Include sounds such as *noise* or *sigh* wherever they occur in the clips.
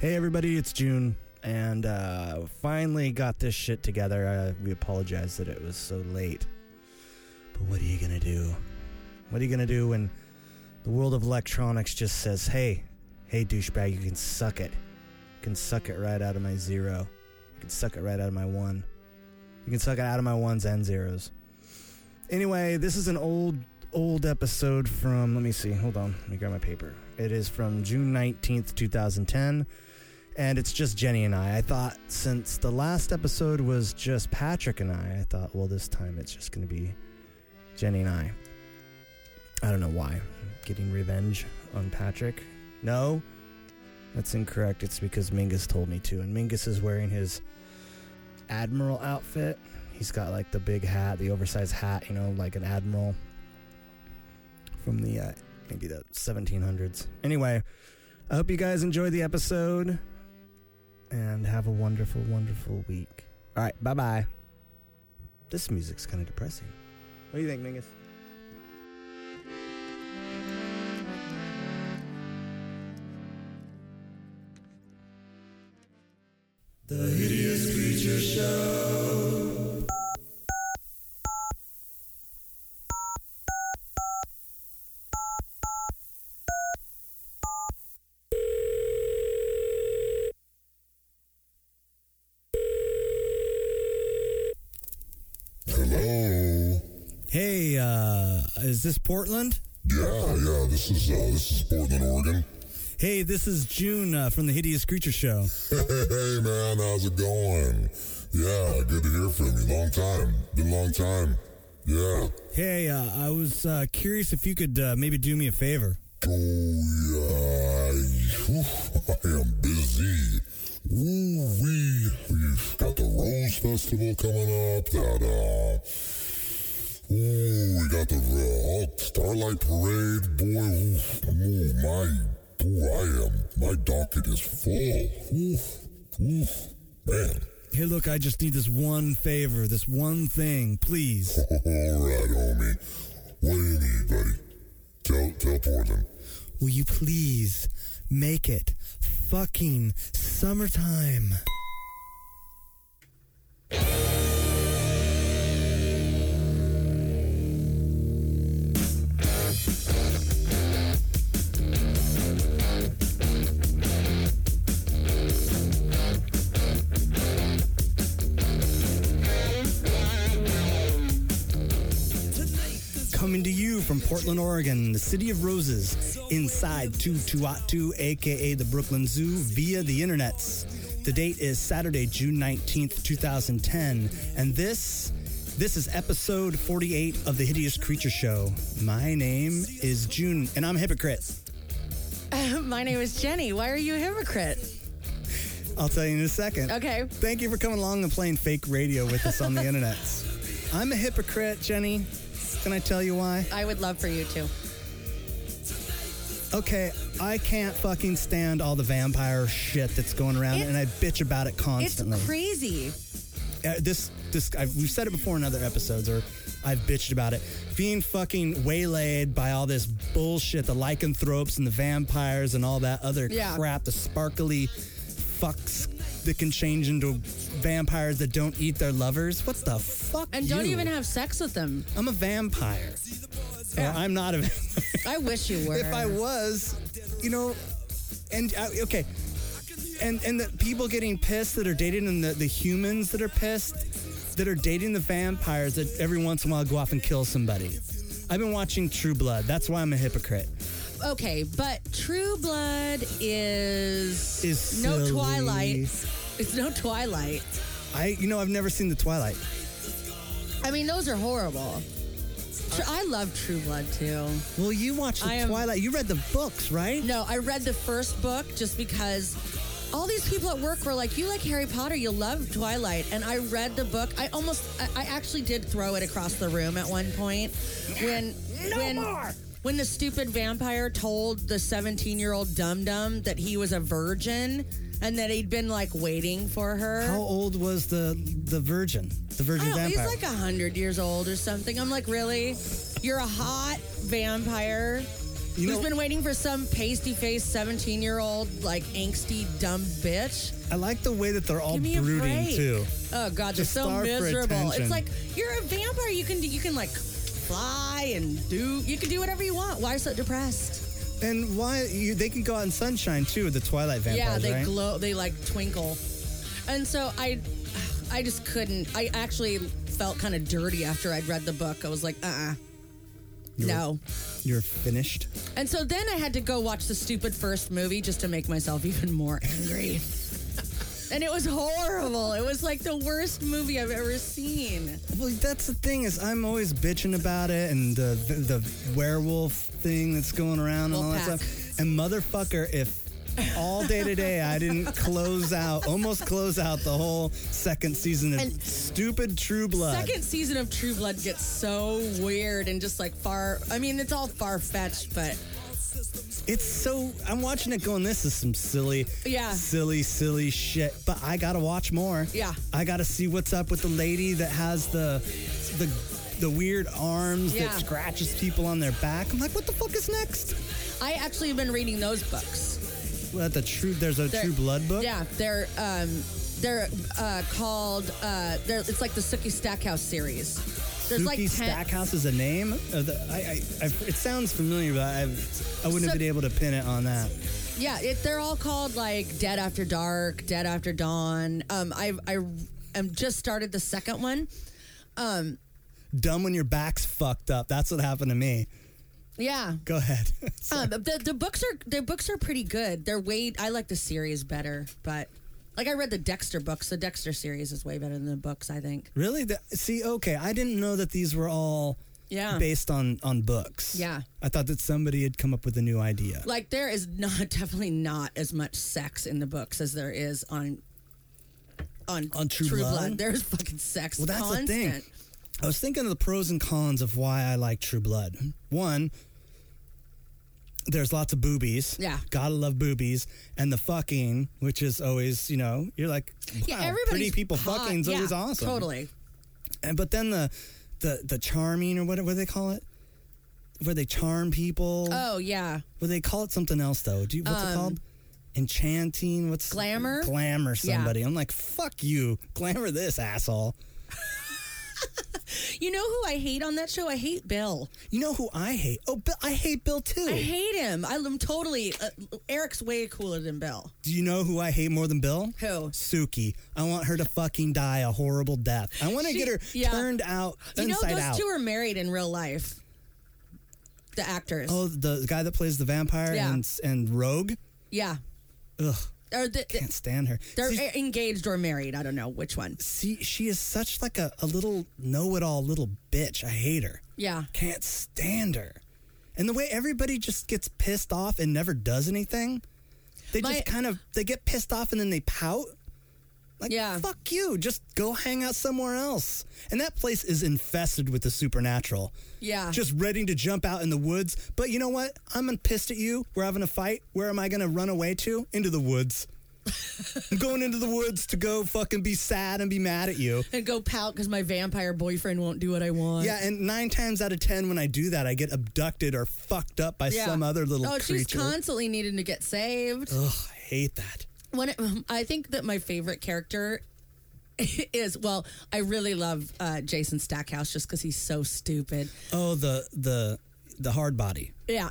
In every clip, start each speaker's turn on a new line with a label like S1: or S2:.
S1: Hey, everybody, it's June, and uh, finally got this shit together. Uh, we apologize that it was so late. But what are you going to do? What are you going to do when the world of electronics just says, hey, hey, douchebag, you can suck it? You can suck it right out of my zero. You can suck it right out of my one. You can suck it out of my ones and zeros. Anyway, this is an old, old episode from, let me see, hold on, let me grab my paper. It is from June 19th, 2010 and it's just Jenny and I. I thought since the last episode was just Patrick and I, I thought, well, this time it's just going to be Jenny and I. I don't know why. Getting revenge on Patrick? No, that's incorrect. It's because Mingus told me to, and Mingus is wearing his admiral outfit. He's got like the big hat, the oversized hat, you know, like an admiral from the uh, maybe the 1700s. Anyway, I hope you guys enjoyed the episode and have a wonderful, wonderful week. All right, bye bye. This music's kind of depressing. What do you think, Mingus? The Hideous Creature Show.
S2: Hello.
S1: Hey, uh, is this Portland?
S2: Yeah, Oh, yeah. This is uh, this is Portland, Oregon. *laughs*
S1: Hey, this is June uh, from the Hideous Creature Show.
S2: Hey, man, how's it going? Yeah, good to hear from you. Long time. Been a long time. Yeah.
S1: Hey, uh, I was uh, curious if you could uh, maybe do me a favor.
S2: Oh yeah. Whew, *laughs* I am busy. Ooh wee. We've got the Rose Festival coming up. That uh. Ooh, we got the uh, Hulk Starlight Parade. Boy, oof, ooh, my. Ooh, I am. My docket is full. Oof, oof, man. *laughs*
S1: Hey, look, I just need this one favor, this one thing, please.
S2: All right, homie. What do you need, buddy? Tell, tell Portland.
S1: Will you please make it fucking summertime? Coming to you from Portland, Oregon, the city of roses, inside Tutuatu, aka the Brooklyn Zoo, via the internets. The date is Saturday, June 19th, 2010, and this this is episode 48 of the Hideous Creature Show. My name is June, and I'm a hypocrite.
S3: *laughs* My name is Jenny. Why are you a hypocrite?
S1: I'll tell you in a second.
S3: Okay.
S1: Thank you for coming along and playing fake radio with us on the internet. I'm a hypocrite, Jenny. Can I tell you why?
S3: I would love for you to.
S1: Okay, I can't fucking stand all the vampire shit that's going around,
S3: It's-
S1: and I bitch about it
S3: It's
S1: constantly.
S3: crazy.
S1: Uh, this, this, I've, we've said it before in other episodes, or I've bitched about it. Being fucking waylaid by all this bullshit, the lycanthropes and the vampires and all that other
S3: Yeah.
S1: crap, the sparkly fucks that can change into vampires that don't eat their lovers. What the fuck?
S3: And don't
S1: you?
S3: even have sex with them.
S1: I'm a vampire. Or I'm not a vampire.
S3: I wish you
S1: *laughs*
S3: were.
S1: if I was, you know, and I, okay, and and the people getting pissed that are dating and the, the humans that are pissed that are dating the vampires that every once in a while go off and kill somebody. I've been watching True Blood. That's why I'm a hypocrite.
S3: okay, but True Blood is
S1: Is
S3: no
S1: silly.
S3: Twilight. It's no Twilight.
S1: I, you know, I've never seen the Twilight.
S3: I mean, those are horrible. Tr-
S1: Uh,
S3: I love True Blood too.
S1: Well, you watched the
S3: I am-
S1: Twilight. You read the books, right?
S3: No, I read the first book just because all these people at work were like, "You like Harry Potter? You love Twilight?" And I read the book. I almost, I, I actually did throw it across the room at one point when, when, when the stupid vampire told the seventeen-year-old dum dum that he was a virgin and that he'd been like waiting for her.
S1: How old was the the virgin? The
S3: I
S1: virgin
S3: don't, he's
S1: vampire.
S3: like a hundred years old or something. I'm like, really? You're a hot vampire
S1: You
S3: who's
S1: know-
S3: been waiting for some pasty-faced 17-year-old, like angsty dumb bitch.
S1: I like the way that they're all
S3: Give me a
S1: brooding
S3: break.
S1: too.
S3: Oh god,
S1: Just
S3: they're so
S1: starve for
S3: miserable.
S1: attention.
S3: It's like you're a vampire. You can do- you can like fly and do you can do whatever you want. Why so depressed?
S1: And why you, they can go out in sunshine too? The Twilight vampires,
S3: yeah, they
S1: right?
S3: glow. They like twinkle. And so I, I just couldn't. I actually felt kind of dirty after I'd read the book. I was like, uh, uh no.
S1: You're finished.
S3: And so then I had to go watch the stupid first movie just to make myself *laughs* even more angry. and it was horrible. It was like the worst movie I've ever seen.
S1: Well, that's the thing is I'm always bitching about it and the the, werewolf thing that's going around and all that
S3: Wolfpack.
S1: stuff. And motherfucker, if all day today I
S3: *laughs*
S1: didn't close out, almost close out the whole second season of
S3: And-
S1: stupid True Blood.
S3: Second season of True Blood gets so weird and just like far. I mean, it's all far fetched, but
S1: It's so I'm watching it going. This is some silly,
S3: Yeah.
S1: silly, silly shit. But I gotta watch more.
S3: Yeah.
S1: I gotta see what's up with the lady that has the the the weird arms
S3: Yeah.
S1: that scratches people on their back. I'm like, what the fuck is next?
S3: I actually have been reading those books.
S1: Well, the true there's a
S3: They're-
S1: True Blood book.
S3: Yeah, they're um, they're uh, called uh, they're, it's like the Sookie Stackhouse series. There's
S1: Dookie
S3: like ten.
S1: Stackhouse is a name. Uh, the, I, I, I, it sounds familiar, but I, I wouldn't
S3: So-
S1: have been able to pin it on that.
S3: Yeah, it, they're all called like Dead After Dark, Dead After Dawn. Um, I I am just started the second one. Um,
S1: Dumb when your back's fucked up. That's what happened to me.
S3: Yeah.
S1: Go ahead. *laughs*
S3: Um, the the books are the books are pretty good. They're way I like the series better, but like I read the Dexter books. The Dexter series is way better than the books, I think.
S1: Really? That, see, okay, I didn't know that these were all
S3: Yeah.
S1: based on on books.
S3: Yeah.
S1: I thought that somebody had come up with a new idea.
S3: Like there is not *laughs* definitely not as much sex in the books as there is on on,
S1: On True
S3: Blood.
S1: Blood?
S3: There's fucking sex.
S1: Well, that's
S3: constant.
S1: the thing. I was thinking of the pros and cons of why I like True Blood. One, there's lots of boobies.
S3: Yeah.
S1: Gotta love boobies. And the fucking, which is always, you know, you're like, wow,
S3: Yeah, everybody's
S1: pretty people
S3: hot.
S1: fucking is
S3: yeah,
S1: always awesome.
S3: Totally.
S1: And but then the the the charming or what, what do they call it? Where they charm people.
S3: Oh yeah.
S1: Well, they call it something else though. Do you, what's it called? Enchanting. What's
S3: Um, Glamour?
S1: Glamour
S3: Yeah.
S1: somebody. I'm like, fuck you. Glamour this asshole.
S3: You know who I hate on that show? I hate Bill.
S1: You know who I hate? Oh, Bill, I hate Bill too.
S3: I hate him. I'm totally. Uh, Eric's way cooler than Bill.
S1: Do you know who I hate more than Bill?
S3: Who?
S1: Suki. I want her to fucking die a horrible death. I want to
S3: She-
S1: get her
S3: yeah.
S1: turned out
S3: You know,
S1: inside
S3: those
S1: out.
S3: two are married in real life. The actors.
S1: oh, the guy that plays the vampire
S3: Yeah.
S1: and and Rogue.
S3: Yeah.
S1: Ugh,
S3: Or the,
S1: can't stand her.
S3: they're
S1: See,
S3: engaged or married. I don't know which one.
S1: see, she is such like a, a little know-it-all little bitch. I hate her.
S3: Yeah.
S1: Can't stand her. And the way everybody just gets pissed off and never does anything. They
S3: My-
S1: just kind of they get pissed off and then they pout. Like
S3: Yeah.
S1: fuck you, just go hang out somewhere else. And that place is infested with the supernatural.
S3: Yeah.
S1: Just ready to jump out in the woods. But you know what? I'm pissed at you. We're having a fight. Where am I going to run away to? Into the
S3: *laughs*
S1: woods. I'm going into the woods to go fucking be sad and be mad at you.
S3: And go pout because my vampire boyfriend won't do what I want.
S1: Yeah, and nine times out of ten, when I do that, I get abducted or fucked up by
S3: Yeah.
S1: some other little
S3: Oh,
S1: creature.
S3: she's constantly needing to get saved.
S1: Ugh, I hate that.
S3: One, I think that my favorite character *laughs* is well, I really love uh, Jason Stackhouse just because he's so stupid.
S1: Oh, the the the hard body.
S3: Yeah.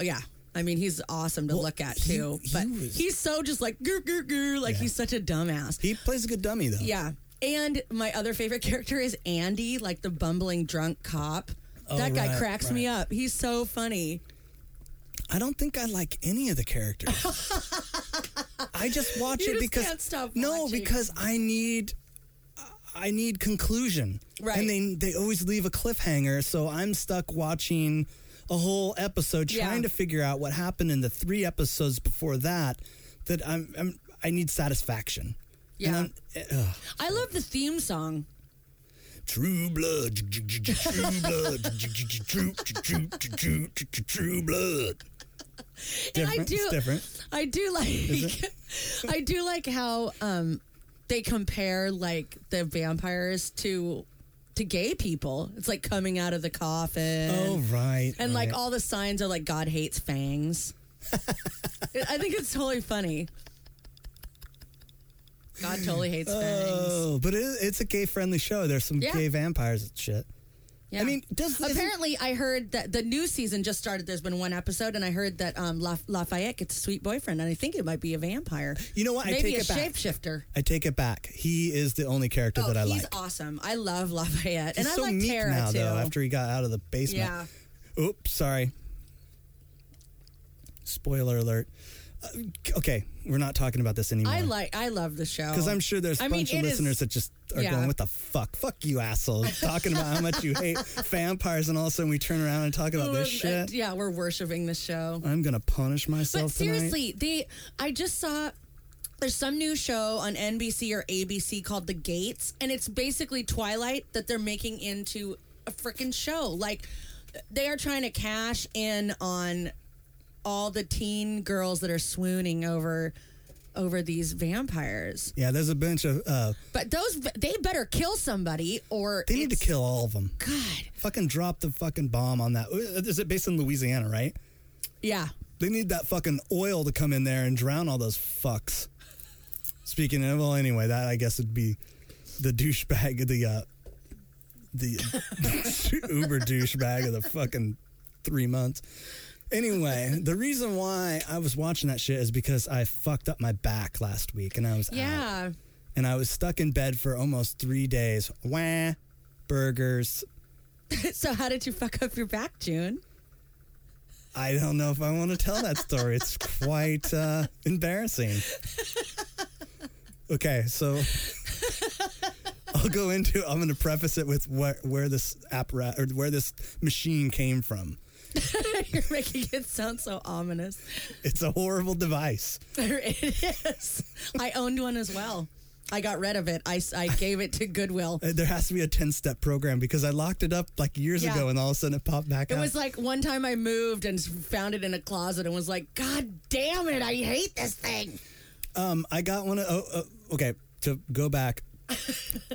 S3: Oh, yeah. I mean, he's awesome to look at
S1: he-
S3: too,
S1: he
S3: but
S1: was-
S3: he's so just like goo goo goo, like he's such a dumbass.
S1: He plays a good dummy though.
S3: yeah. And my other favorite *laughs* character is Andy, like the bumbling drunk cop.
S1: Oh,
S3: that guy
S1: right,
S3: cracks me
S1: right.
S3: up. He's so funny.
S1: I don't think I like any of the
S3: *laughs*
S1: characters. I just watch
S3: You
S1: it
S3: just
S1: because
S3: can't stop
S1: no,
S3: watching.
S1: because I need I need conclusion.
S3: Right.
S1: And they they always leave a cliffhanger, so I'm stuck watching a whole episode
S3: Yeah.
S1: trying to figure out what happened in the three episodes before that. That I'm, I'm I need satisfaction.
S3: Yeah.
S1: And I'm, eh, ugh.
S3: I love the theme song.
S1: True blood. True blood. True, true, true, true, true blood. Different.
S3: I do.
S1: It's different.
S3: I do like. *laughs* I do like how um, they compare like the vampires to to gay people. It's like coming out of the coffin.
S1: oh right.
S3: And like
S1: right.
S3: all the signs are like God
S1: *laughs*
S3: hates fangs. I think it's totally funny. God totally hates fangs.
S1: Oh, but it, it's a gay friendly show. There's some
S3: Yeah.
S1: gay vampires and shit.
S3: Yeah.
S1: I mean, does isn't-
S3: apparently I heard that the new season just started. There's been one episode, and I heard that um, La- Lafayette gets a sweet boyfriend, and I think it might be a vampire.
S1: You know what? I
S3: Maybe
S1: take
S3: a
S1: it back.
S3: shapeshifter.
S1: I take it back. He is the only character
S3: Oh,
S1: that I
S3: he's
S1: like.
S3: awesome. I love Lafayette,
S1: He's
S3: and I
S1: so
S3: like
S1: meek
S3: Tara
S1: now
S3: too.
S1: though. After he got out of the basement.
S3: yeah.
S1: Oops, sorry. Spoiler alert. Uh, okay, we're not talking about this anymore.
S3: I like I love the show
S1: because I'm sure there's a
S3: I mean,
S1: bunch
S3: it
S1: of
S3: is-
S1: listeners that just are
S3: yeah.
S1: going, "What the fuck? Fuck you,
S3: *laughs*
S1: assholes!" Talking about how much you hate vampires, and all of a sudden we turn around and talk about this
S3: Uh,
S1: shit.
S3: Yeah, we're worshiping the show.
S1: I'm gonna punish myself.
S3: But seriously, they I just saw there's some new show on NBC or ABC called The Gates, and it's basically Twilight that they're making into a freaking show. Like they are trying to cash in on all the teen girls that are swooning over over these vampires.
S1: Yeah, there's a bunch of. Uh,
S3: But those they better kill somebody or
S1: they need to
S3: it's-
S1: kill all of them.
S3: God.
S1: Fucking drop the fucking bomb on that. uh, Is it based in Louisiana, right?
S3: Yeah.
S1: They need that fucking oil to come in there and drown all those fucks. Speaking of, well, anyway, that I guess would be the douchebag, the uh, the *laughs* Uber douchebag of the fucking three months. Anyway, the reason why I was watching that shit is because I fucked up my back last week and I was out.
S3: Yeah. *laughs*
S1: and I was stuck in bed for almost three days. Wah, burgers.
S3: so how did you fuck up your back, June? *laughs*
S1: I don't know if I want to tell that story.
S3: *laughs*
S1: It's quite uh, embarrassing. Okay,
S3: *laughs*
S1: so I'll go into. I'm going to preface it with where, where this apparatus or where this machine came from.
S3: You're making it sound so ominous.
S1: It's a horrible device.
S3: it is. I owned one as well. I got rid of it. I, s- I gave it to Goodwill.
S1: Uh, There has to be a 10 step program because I locked it up like years
S3: Yeah.
S1: ago and all of a sudden it popped back
S3: It
S1: up.
S3: was like one time I moved and s- found it in a closet and was like, God damn it, I hate this thing.
S1: Um, I got one. Of, oh, oh, okay, to go
S3: *laughs*
S1: back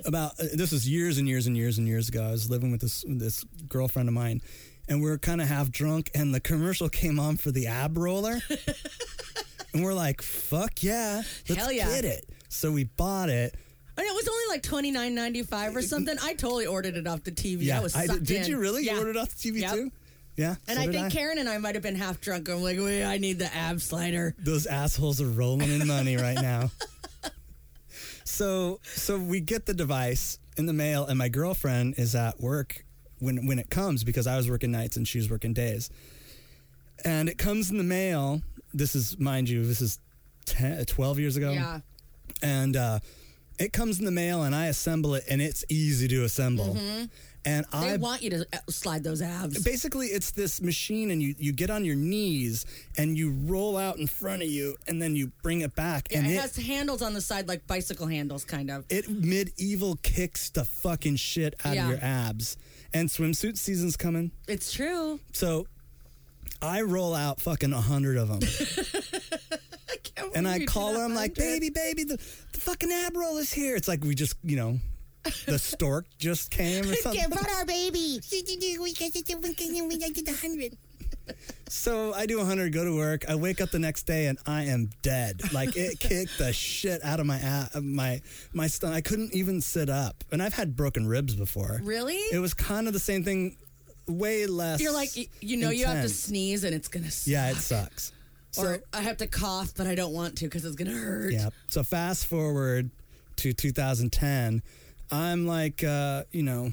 S1: about uh, this was years and years and years and years ago. I was living with this this girlfriend of mine, and we were kind of half drunk, and the commercial came on for the ab
S3: *laughs*
S1: roller, and we're like, "Fuck yeah, let's
S3: Hell yeah.
S1: get it!" So we bought it.
S3: And it was only like twenty nine ninety five or something. I totally ordered it off the TV. I was
S1: did,
S3: sucked
S1: did
S3: in.
S1: you really?
S3: Yeah.
S1: You ordered off the TV
S3: Yep.
S1: too? Yeah,
S3: And
S1: so
S3: I
S1: did
S3: think Karen and I might have been half drunk. I'm like, wait, I need the ab slider.
S1: those assholes are rolling in money right
S3: *laughs*
S1: now. so so we get the device in the mail and my girlfriend is at work when when it comes because I was working nights and she was working days. And it comes in the mail. This is mind you, this is 10, 12 years ago.
S3: Yeah.
S1: And uh it comes in the mail and I assemble it and it's easy to assemble. And
S3: Mm-hmm. They
S1: I
S3: want you to uh, slide those abs.
S1: basically it's this machine and you, you get on your knees and you roll out in front of you and then you bring it back and
S3: it,
S1: it,
S3: has handles on the side like bicycle handles kind of.
S1: it medieval kicks the fucking shit out
S3: Yeah.
S1: of your abs and swimsuit season's coming
S3: It's true.
S1: so i roll out fucking a hundred of *laughs* them and i call her i'm like baby baby the, the fucking ab roll is here it's like we just you know the stork just came *laughs* or something
S4: About our baby. We got it, we got it, we got it, 100.
S1: So I do 100, go to work. I wake up the next day and I am dead. Like
S3: *laughs*
S1: it kicked the shit out of my a- of my my stomach. I couldn't even sit up, and I've had broken ribs before.
S3: Really?
S1: It was kind of the same thing, way less.
S3: You're like, y- you know, you have to
S1: intense.
S3: sneeze and it's gonna. Suck.
S1: Yeah, it sucks.
S3: Or I have to cough, but I don't want to because it's gonna hurt.
S1: Yeah. So fast forward to 2010, I'm like, uh, you know,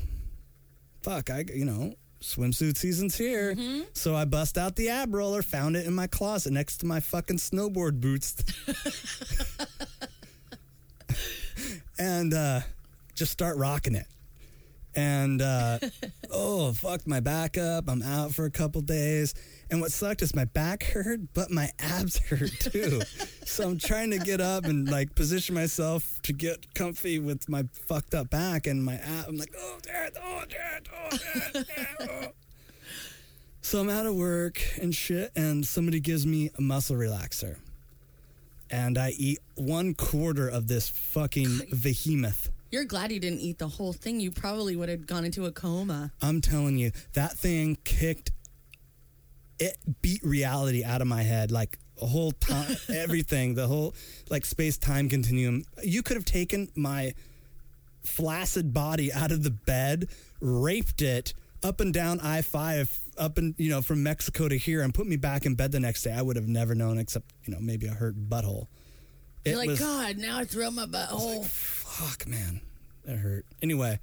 S1: fuck, I, you know, swimsuit season's here. So I bust out the ab roller, found it in my closet next to my fucking snowboard boots. *laughs* and uh, just start rocking it. And uh, *laughs* oh, fucked my back up. I'm out for a couple days. And what sucked is my back *laughs* hurt, but my abs hurt too. so I'm trying to get up and like position myself to get comfy with my fucked up back and my ab. I'm like, oh, dad, oh, dad, oh, dad, dad, oh. So I'm out of work and shit, and somebody gives me a muscle relaxer. And I eat one quarter of this fucking behemoth.
S3: You're glad you didn't eat the whole thing. You probably would have gone into a coma.
S1: I'm telling you, that thing kicked it beat reality out of my head like a whole
S3: *laughs*
S1: time everything, the whole like space time continuum. You could have taken my flaccid body out of the bed, raped it up and down I-5 up and you know from Mexico to here and put me back in bed the next day. I would have never known except, you know, maybe a hurt butthole. It
S3: You're like,
S1: was-
S3: God, now I throw my Oh, butthole.
S1: fuck man that hurt anyway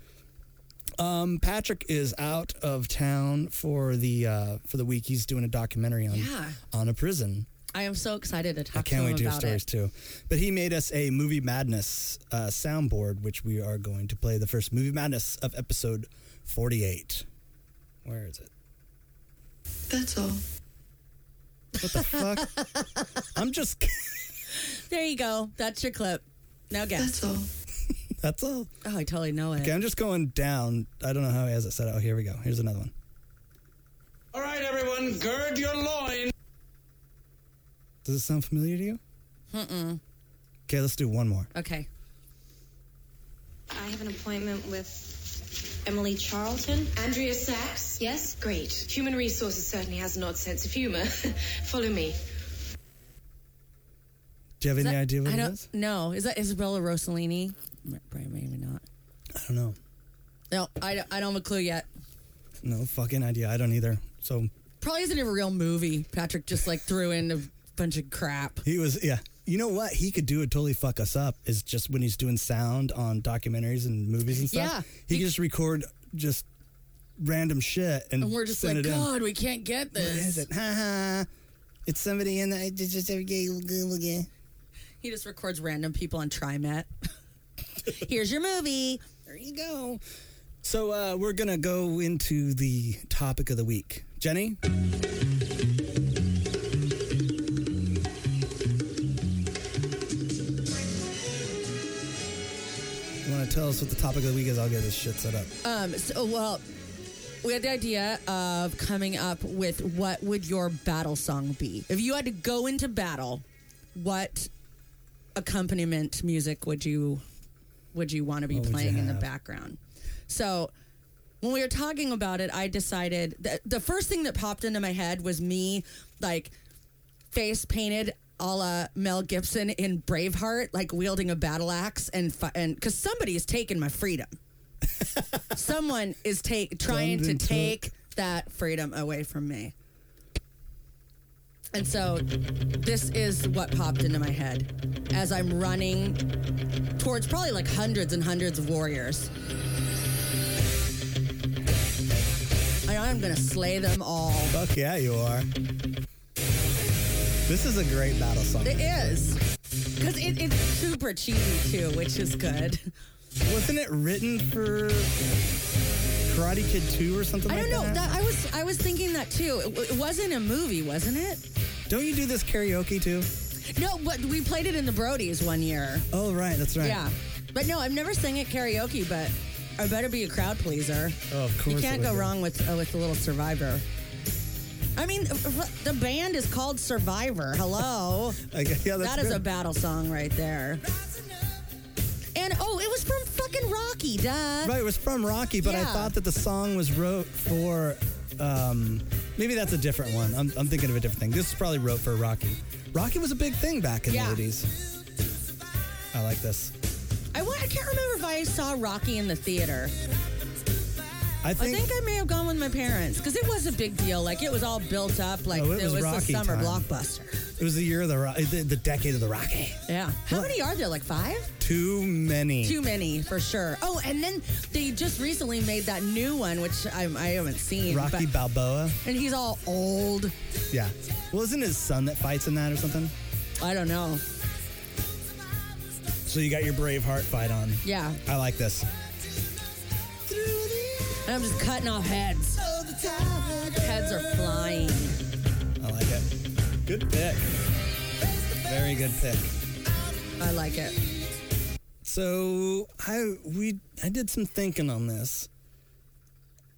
S1: um patrick is out of town for the uh for the week he's doing a documentary on
S3: Yeah.
S1: on a prison
S3: I am so excited to talk
S1: i can't
S3: to
S1: wait
S3: him
S1: to hear
S3: about
S1: stories
S3: it.
S1: too but he made us a movie madness uh soundboard which we are going to play the first movie madness of episode 48 where is it
S4: That's all.
S1: what the fuck
S3: *laughs*
S1: i'm just *laughs*
S3: There you go. That's your clip. Now guess.
S4: That's all.
S1: that's all
S3: Oh, I totally know it.
S1: okay i'm just going down i don't know how he has it set up oh here we go here's another one
S5: All right, everyone, gird your loins.
S1: Does it sound familiar to you? Mm-mm. Okay, let's do one more.
S3: Okay.
S6: I have an appointment with Emily Charlton.
S7: Andrea Sachs?
S6: Yes?
S7: Great. Human Resources certainly has an odd sense of humor. *laughs* Follow me.
S1: Do you have
S3: Is
S1: any
S3: that-
S1: idea what
S3: I
S1: it
S3: don't
S1: is?
S3: know. Is that Isabella Rossellini? Probably maybe not.
S1: I don't know.
S3: No, I, don't- I don't have a clue yet.
S1: No fucking idea. I don't either. So
S3: Probably isn't a real movie. Patrick just like threw in a bunch of crap.
S1: he was, yeah. You know what he could do to totally fuck us up is just when he's doing sound on documentaries and movies and stuff.
S3: Yeah.
S1: He,
S3: He-
S1: could just record just random shit and,
S3: And we're just
S1: send
S3: like,
S1: it in.
S3: God, we can't get
S1: What is
S3: this.
S1: it? Ha ha. It's somebody in the just, just every gay little guy.
S3: He just records random people on TriMet. *laughs* Here's your movie.
S1: There you go. So uh, we're gonna go into the topic of the week. Jenny, you want to tell us what the topic of the week is? I'll get this shit set up.
S3: Um, so, well, we had the idea of coming up with what would your battle song be? If you had to go into battle, what accompaniment music would you would you want to be
S1: What would you
S3: playing in the
S1: have?
S3: background? So when we were talking about it, I decided that the first thing that popped into my head was me like face painted a la Mel Gibson in Braveheart, like wielding a battle axe and fi- and because somebody has taken my freedom. Someone is take trying to
S1: Someone took-
S3: take that freedom away from me. And so this is what popped into my head as I'm running towards probably like hundreds and hundreds of warriors. And I'm gonna slay them all.
S1: Fuck yeah, you are. This is a great battle song.
S3: It is. Because it, it's super cheesy too, which
S1: *laughs*
S3: is good.
S1: Wasn't it written for Karate Kid 2 or something
S3: I
S1: like
S3: don't know. That, I was I was thinking that too. It, w- it wasn't a movie, wasn't it?
S1: Don't you do this karaoke too?
S3: No, but we played it in the Brodies one year.
S1: Oh, right, that's right.
S3: Yeah. But no, I've never sang at karaoke, but I better be a crowd pleaser.
S1: Oh, of course
S3: You
S1: it
S3: can't
S1: would
S3: go
S1: be.
S3: wrong with uh, with a little Survivor. I mean, uh, the band is called Survivor. Hello.
S1: I guess- yeah, *laughs* that's
S3: that is
S1: good.
S3: a battle song right there. And oh, it was from fucking Rocky, duh.
S1: Right, it was from Rocky, but I
S3: Yeah.
S1: thought that the song was wrote for. Um, maybe that's a different one. I'm, I'm thinking of a different thing. This is probably wrote for Rocky. Rocky was a big thing back in
S3: Yeah.
S1: the 80s. I like this.
S3: I, wa- I can't remember if I saw Rocky in the theater.
S1: I
S3: I
S1: think,
S3: think I may have gone with my parents because it was a big deal. Like it was all built up. Like
S1: Oh, it
S3: it,
S1: was
S3: was,
S1: Rocky
S3: the summer
S1: time.
S3: blockbuster.
S1: it was the year of the, Ro- the the decade of the Rocky.
S3: Yeah. How many are there? Like five?
S1: Too many.
S3: Too many for sure. Oh, and then they just recently made that new one, which I, I haven't seen.
S1: Rocky
S3: but-
S1: Balboa.
S3: and he's all old.
S1: Yeah. Well, isn't his son that fights in that or something?
S3: I don't know.
S1: So you got your Braveheart fight on.
S3: Yeah.
S1: I like this.
S3: And I'm just cutting off heads. Heads are flying.
S1: I like it. Good pick. Very good pick.
S3: I like it.
S1: So I we I did some thinking on this,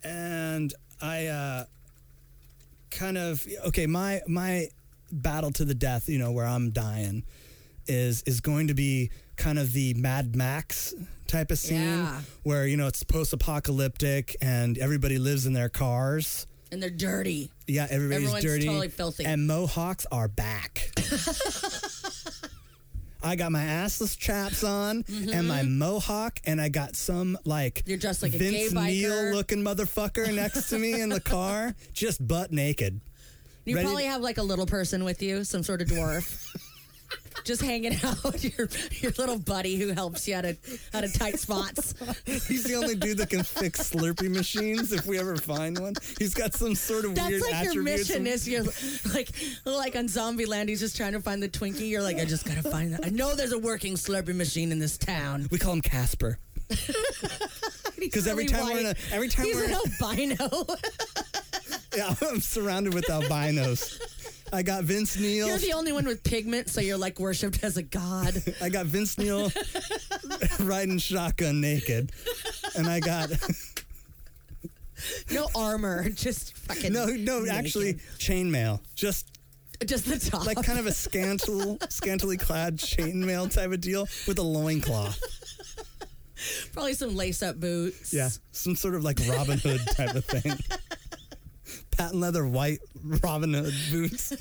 S1: and I uh, kind of okay my my battle to the death. You know where I'm dying is is going to be kind of the Mad Max type of scene
S3: Yeah.
S1: where you know it's post-apocalyptic and everybody lives in their cars.
S3: and they're dirty.
S1: Yeah, everybody's
S3: Everyone's
S1: dirty,
S3: totally filthy.
S1: and mohawks are
S3: *laughs*
S1: back. I got my assless chaps on and my mohawk, and I got some like
S3: Mm-hmm. You're dressed like a gay
S1: Vince
S3: biker.
S1: Neil looking motherfucker next to me in the car,
S3: *laughs*
S1: just butt naked.
S3: You
S1: Ready-
S3: probably have like a little person with you, some sort of
S1: *laughs*
S3: dwarf. Just hanging out, *laughs* your your little buddy who helps you out of out of tight
S1: *laughs*
S3: spots.
S1: He's the only dude that can fix Slurpee machines if we ever find one. He's got some sort of
S3: That's
S1: weird
S3: like your
S1: attributes.
S3: mission is you're like like on Zombieland, he's just trying to find the Twinkie. You're like, I just gotta find that. I know there's a working Slurpee machine in
S1: *laughs*
S3: this town.
S1: we call him Casper. Because every time we're in a, every time
S3: he's
S1: we're in,
S3: an albino.
S1: yeah, *laughs* I'm surrounded with albinos. I got Vince Neil.
S3: *laughs* you're the only one with pigment, so you're like worshipped as
S1: *laughs*
S3: a god.
S1: I got Vince Neil riding shotgun naked, and I got *laughs*
S3: No armor, just fucking
S1: no, no,
S3: naked.
S1: actually chainmail, just
S3: just the top.
S1: like kind of a scantle, scantily clad chainmail type of deal with a loincloth.
S3: Probably some lace up boots.
S1: Yeah, some sort of like Robin Hood type of thing. Patent leather white Robin Hood boots.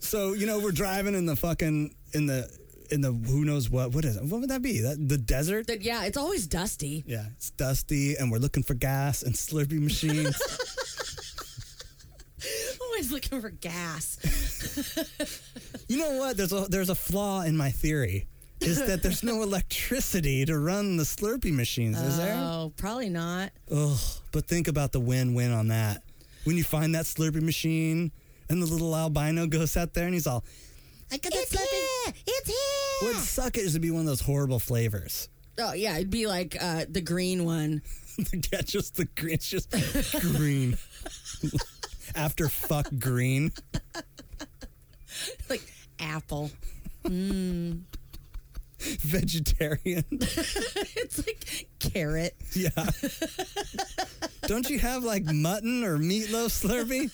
S1: so you know we're driving in the fucking in the in the who knows what what is it? what would that be that the desert.
S3: That- yeah, it's always dusty.
S1: Yeah, it's dusty, and we're looking for gas and Slurpee machines.
S3: *laughs* Always looking for gas.
S1: you know what? There's a there's a flaw in my theory. Is that there's no electricity to run the Slurpee machines? Is there?
S3: Oh, probably not.
S1: Ugh. But think about the win-win on that. When you find that Slurpee machine, and the little albino goes out there, and he's all,
S4: I got that slapping. It's here.
S1: "Would suck it is to be one of those horrible flavors." *laughs*
S3: Oh yeah, it'd be like uh, the green one. *laughs*
S1: yeah, just the green. It's just green. *laughs* After fuck green.
S3: like apple.
S1: Vegetarian.
S3: *laughs* It's like carrot.
S1: Yeah. Don't you have like mutton or meatloaf Slurpee?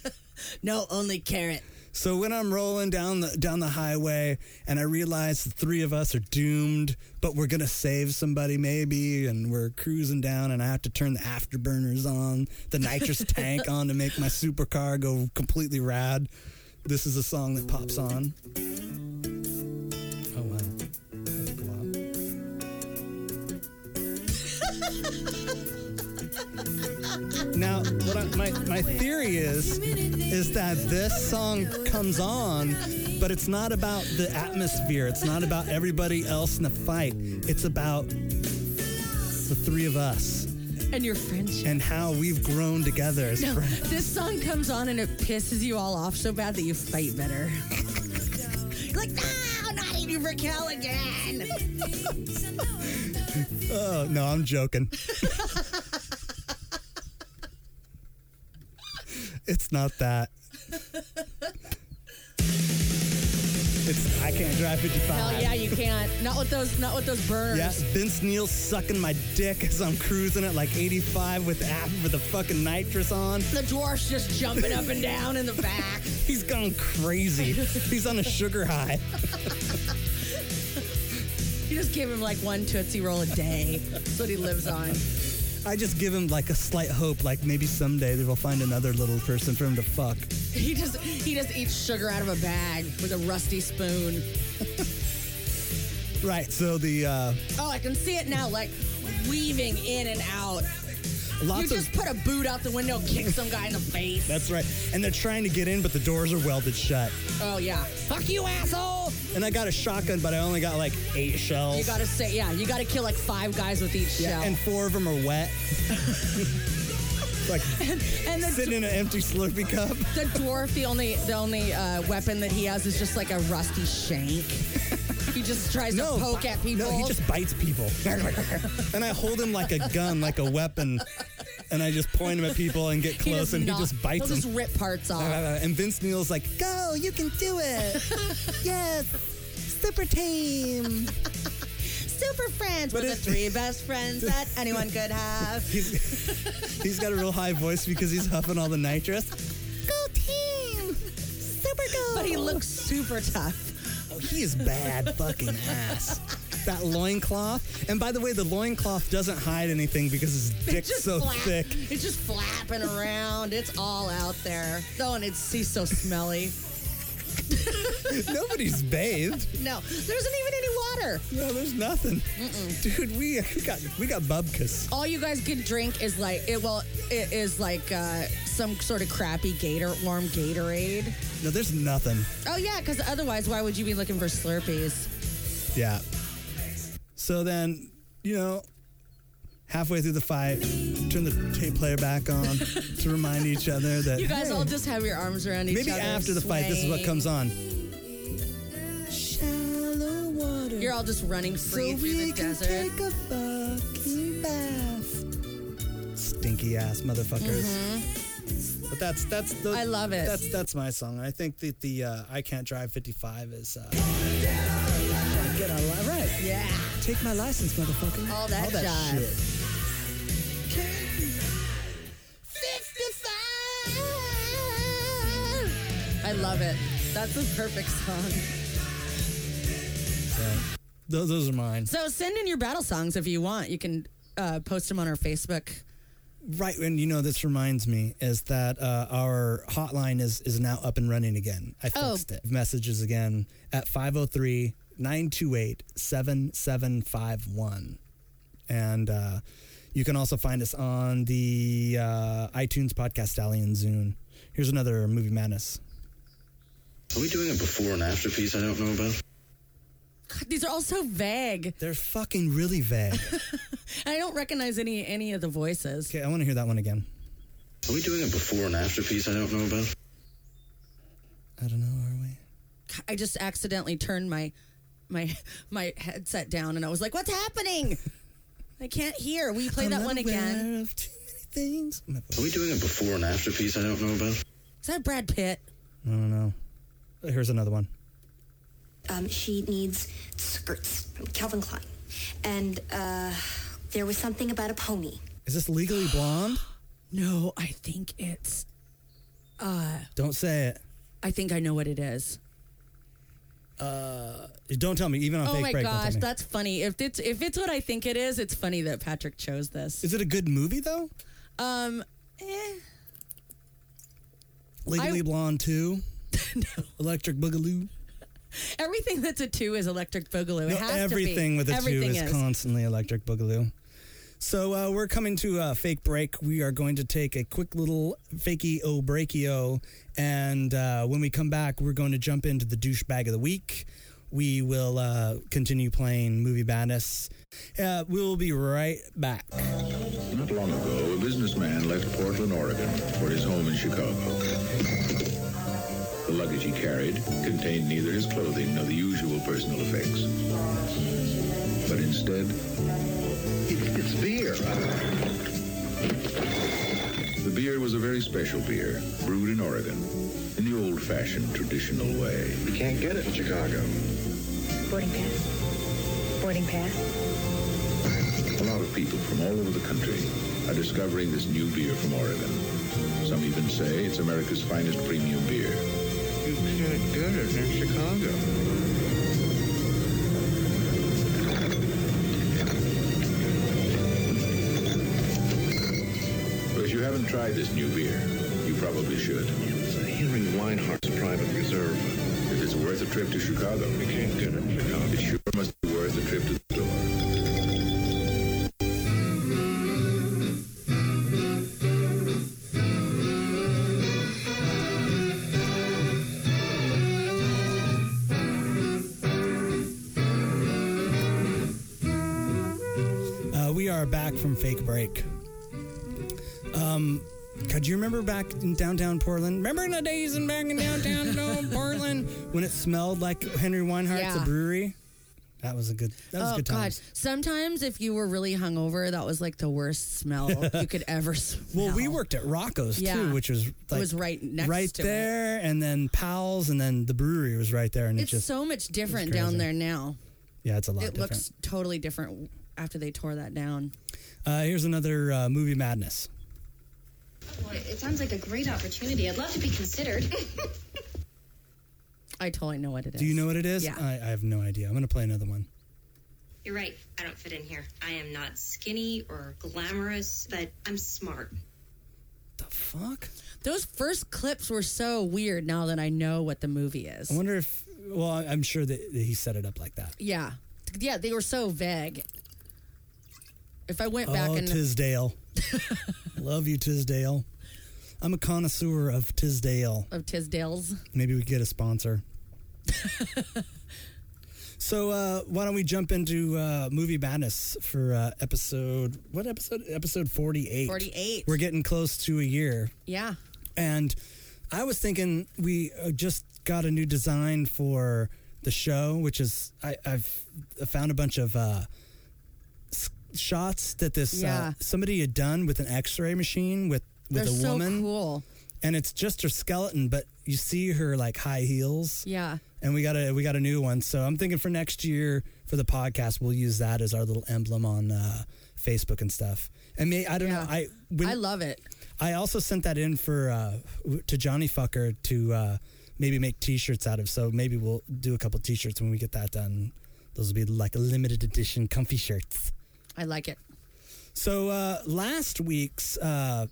S3: No, only carrot.
S1: So when I'm rolling down the down the highway and I realize the three of us are doomed, but we're gonna save somebody maybe, and we're cruising down, and I have to turn the afterburners on, the nitrous tank on to make my supercar go completely rad. This is a song that pops on. Oh wow, that's a glob. Now, what I, my, my theory is is that this song comes on, but it's not about the atmosphere. It's not about everybody else in the fight. It's about the three of us
S3: And your friendship.
S1: and how we've grown together as
S3: No,
S1: friends.
S3: this song comes on and it pisses you all off so bad that you fight better. *laughs* You're like, no, not eating Raquel again.
S1: Oh, no, I'm joking. it's not that. It's I can't drive 55.
S3: Hell yeah, you can't. Not with those. Not with those burns.
S1: Yeah, Vince Neil sucking my dick as I'm cruising at like 85 with the app with the fucking nitrous on.
S3: The dwarf's just jumping up and down in the back.
S1: He's gone crazy. He's on a sugar high.
S3: You just give him like one Tootsie Roll a day. That's what he lives on.
S1: I just give him like a slight hope, like maybe someday they'll find another little person for him to fuck.
S3: He just he just eats sugar out of a bag with a rusty spoon.
S1: Right. So the uh,
S3: Oh, I can see it now, like weaving in and out.
S1: lots
S3: you
S1: of
S3: just put a boot out the window, kick some guy in the face.
S1: that's right. And they're trying to get in, but the doors are welded shut.
S3: Oh yeah, fuck you, asshole.
S1: And I got a shotgun, but I only got like eight shells.
S3: You gotta say yeah. You gotta kill like five guys with each
S1: yeah,
S3: shell.
S1: and four of them are wet. *laughs* like
S3: *laughs*
S1: *laughs*
S3: and the
S1: sitting in an empty Slurpee cup.
S3: The dwarf, the only the only uh, weapon that he has is just like a rusty shank. he just tries to poke
S1: bi-
S3: at people.
S1: No, he just bites
S3: *laughs*
S1: people. and I hold him like a gun, like a weapon, and I just point him at people and get
S3: He
S1: close, and
S3: knock-
S1: he just bites
S3: He'll
S1: them.
S3: just rip parts off.
S1: and Vince Neil's like, "Go, you can do
S3: *laughs*
S1: it. yes, super team."
S3: Super friends
S1: But
S3: were the
S1: it- *laughs*
S3: three best friends that anyone could have.
S1: He's he's got a real high voice because he's huffing all the nitrous.
S3: Go team, super go! But he looks super tough.
S1: His Oh, bad fucking ass. That loincloth. And by the way, the loincloth doesn't hide anything because his dick's
S3: just
S1: so
S3: flap-
S1: thick.
S3: It's just flapping around. It's all out there. Oh, and it's he's so smelly.
S1: Nobody's bathed.
S3: No, there isn't even any water.
S1: No, there's nothing. Dude, we, we got we got bubkas.
S3: All you guys can drink is like it. Well, it is like uh, some sort of crappy Gator, warm Gatorade.
S1: No, there's nothing.
S3: Oh yeah, because otherwise, why would you be looking for Slurpees?
S1: Yeah. So then, you know, halfway through the fight, turn the tape player back
S3: *laughs*
S1: on to remind each other that
S3: You guys
S1: hey,
S3: all just have your arms around each
S1: maybe
S3: other.
S1: after the fight, this is what
S3: swaying.
S1: comes on.
S3: You're all just running free through the desert.
S1: a fucking bath. Stinky ass motherfuckers. But that's that's the
S3: Mm-hmm. I love it.
S1: That's that's my song. I think that the uh, I can't drive 55 is uh, get out of li- right.
S3: yeah,
S1: Take my license, motherfucker.
S3: All that jive.
S1: shit.
S3: I love it. That's the perfect song.
S1: Those, those are mine.
S3: So send in your battle songs if you want. You can uh, post them on our Facebook.
S1: Right, and you know this reminds me is that uh, our hotline is is now up and running again. I
S3: Oh.
S1: fixed it. Messages again at 503-928-7751. And uh, you can also find us on the uh, iTunes podcast Alley and Zune. Here's another movie madness.
S8: Are we doing a before and after piece I don't know about?
S3: God, these are all so vague.
S1: They're fucking really
S3: *laughs*
S1: vague.
S3: I don't recognize any any of the voices.
S1: okay, I want to hear that one again.
S8: Are we doing a before and after piece I don't know about?
S1: I don't know, are we?
S3: I just accidentally turned my my my headset down and I was like, "What's happening? I can't hear." Will you play that
S1: I'm
S3: one again?
S1: unaware of too many things. My voice-
S8: Are we doing a before and after piece I don't know about?
S3: Is that Brad Pitt?
S1: I don't know. Here's another one.
S9: Um, she needs skirts from Calvin Klein. And uh, there was something about a pony.
S1: Is this legally blonde?
S3: No, I think it's.
S1: Don't say it.
S3: I think I know what it is.
S1: Don't tell me. Even on
S3: Oh
S1: fake
S3: my
S1: break. don't tell
S3: gosh,
S1: me.
S3: that's funny. If it's if it's what I think it is, it's funny that Patrick chose this.
S1: is it a good movie though?
S3: Um, eh,
S1: Legally
S3: I-
S1: Blonde Two,
S3: *laughs*
S1: Electric Boogaloo.
S3: everything that's a two is Electric
S1: No,
S3: Boogaloo. it has
S1: everything
S3: to
S1: with
S3: be.
S1: a
S3: everything
S1: two is, constantly Electric Boogaloo. So uh, we're coming to a fake break. We are going to take a quick little fakey o breakio, and uh, when we come back, we're going to jump into the douchebag of the week. We will uh, continue playing movie badness. Uh, we will be right back.
S8: Not long ago, a businessman left Portland, Oregon, for his home in Chicago. The luggage he carried contained neither his clothing nor the usual personal effects. But instead, it- it's beer. The beer was a very special beer, brewed in Oregon, in the old-fashioned, traditional way. You can't get it in Chicago.
S9: Boarding pass. Boarding pass.
S8: A lot of people from all over the country are discovering this new beer from Oregon. Some even say it's America's finest premium beer. You can't get it in Chicago. But if you haven't tried this new beer, you probably should. It's a Henry Weinhardt's Private Reserve. If it's worth a trip to Chicago, you can't get it in Chicago. It sure must be worth a trip to the store.
S1: Uh, we are back from fake break. Um, could you remember back in downtown Portland? Remember in the days in back in downtown *laughs* no, Portland when it smelled like Henry Weinhardt's
S3: Yeah.
S1: a brewery? That was a good. That was
S3: Oh
S1: good
S3: God!
S1: times.
S3: Sometimes if you were really hungover, that was like the worst
S1: *laughs*
S3: smell you could ever *laughs* smell.
S1: Well, we worked at Rocco's
S3: Yeah.
S1: too, which was like
S3: was right next
S1: right
S3: to it.
S1: there, and then Powell's, and then the brewery was right there, and
S3: It's
S1: it just
S3: so much different
S1: it's
S3: down
S1: crazy.
S3: there now.
S1: yeah, it's a lot
S3: It
S1: different.
S3: looks totally different after they tore that down.
S1: uh, here's another uh, movie madness.
S7: *laughs* It sounds like a great opportunity. I'd love to be considered.
S3: I totally know what it is.
S1: Do you know what it is?
S3: Yeah.
S1: I, I have no idea. I'm going to play another one.
S7: You're right. I don't fit in here. I am not skinny or glamorous, but I'm smart.
S1: Fuck.
S3: Those first clips were so weird now that I know what the movie is.
S1: I wonder if, well, I- I'm sure that, that he set it up like that.
S3: Yeah. Yeah, they were so vague. If I went back
S1: oh,
S3: and
S1: Tisdale. Love you, Tisdale. I'm a connoisseur of Tisdale.
S3: of Tisdale's.
S1: Maybe we get a sponsor. so uh, why don't we jump into uh, movie madness for uh, episode what episode episode 48
S3: 48.
S1: we're getting close to a year
S3: Yeah.
S1: and i was thinking we uh, just got a new design for the show which is I, i've I found a bunch of uh, s- shots that this uh,
S3: Yeah.
S1: somebody had done with an x-ray machine with with
S3: They're
S1: a
S3: so
S1: woman
S3: cool.
S1: and it's just her skeleton but you see her like high heels
S3: Yeah.
S1: and we got a we got a new one. So I'm thinking for next year for the podcast, we'll use that as our little emblem on uh, Facebook and stuff. And may, I don't know. I when,
S3: I love it.
S1: I also sent that in for uh, w- to Johnny Fucker to uh, maybe make T-shirts out of. So maybe we'll do a couple T-shirts when we get that done. Those will be like limited edition comfy shirts.
S3: I like it. *laughs*
S1: So uh, last week's uh,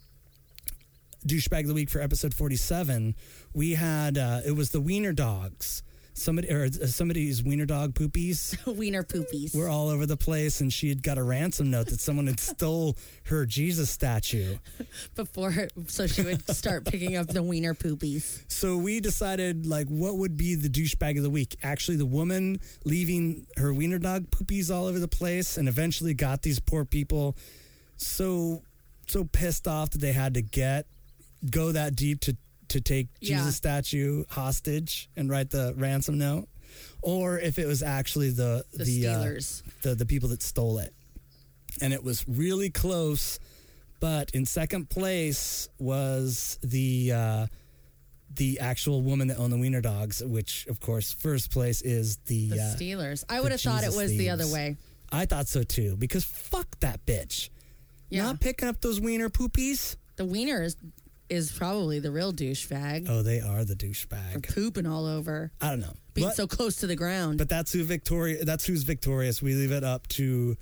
S1: douchebag of the week for episode forty-seven, we had uh, it was the Wiener dogs. Somebody or uh, somebody's Wiener dog poopies
S3: Wiener poopies
S1: were all over the place, and she had got a ransom note that someone had stole her Jesus statue.
S3: before so she would
S1: *laughs*
S3: start picking up the wiener poopies.
S1: So we decided like what would be the douchebag of the week. Actually, the woman leaving her wiener dog poopies all over the place, and eventually got these poor people so so pissed off that they had to get go that deep to to take
S3: Yeah.
S1: Jesus statue hostage and write the ransom note, or if it was actually the
S3: The
S1: the uh,
S3: stealers.
S1: the the people that stole it, and it was really close. But in second place was the uh, the actual woman that owned the wiener dogs, which of course first place is the,
S3: The
S1: uh,
S3: Steelers. I
S1: the
S3: would have thought it
S1: Jesus
S3: was the other
S1: thieves.
S3: way.
S1: I thought so too because fuck that bitch.
S3: Yeah.
S1: Not picking up those wiener poopies.
S3: The wiener is, is probably the real douchebag.
S1: Oh, they are the douchebag.
S3: Pooping all over.
S1: I don't know.
S3: Being
S1: But-
S3: so close to the ground.
S1: But that's who victoria. That's who's victorious. We leave it up to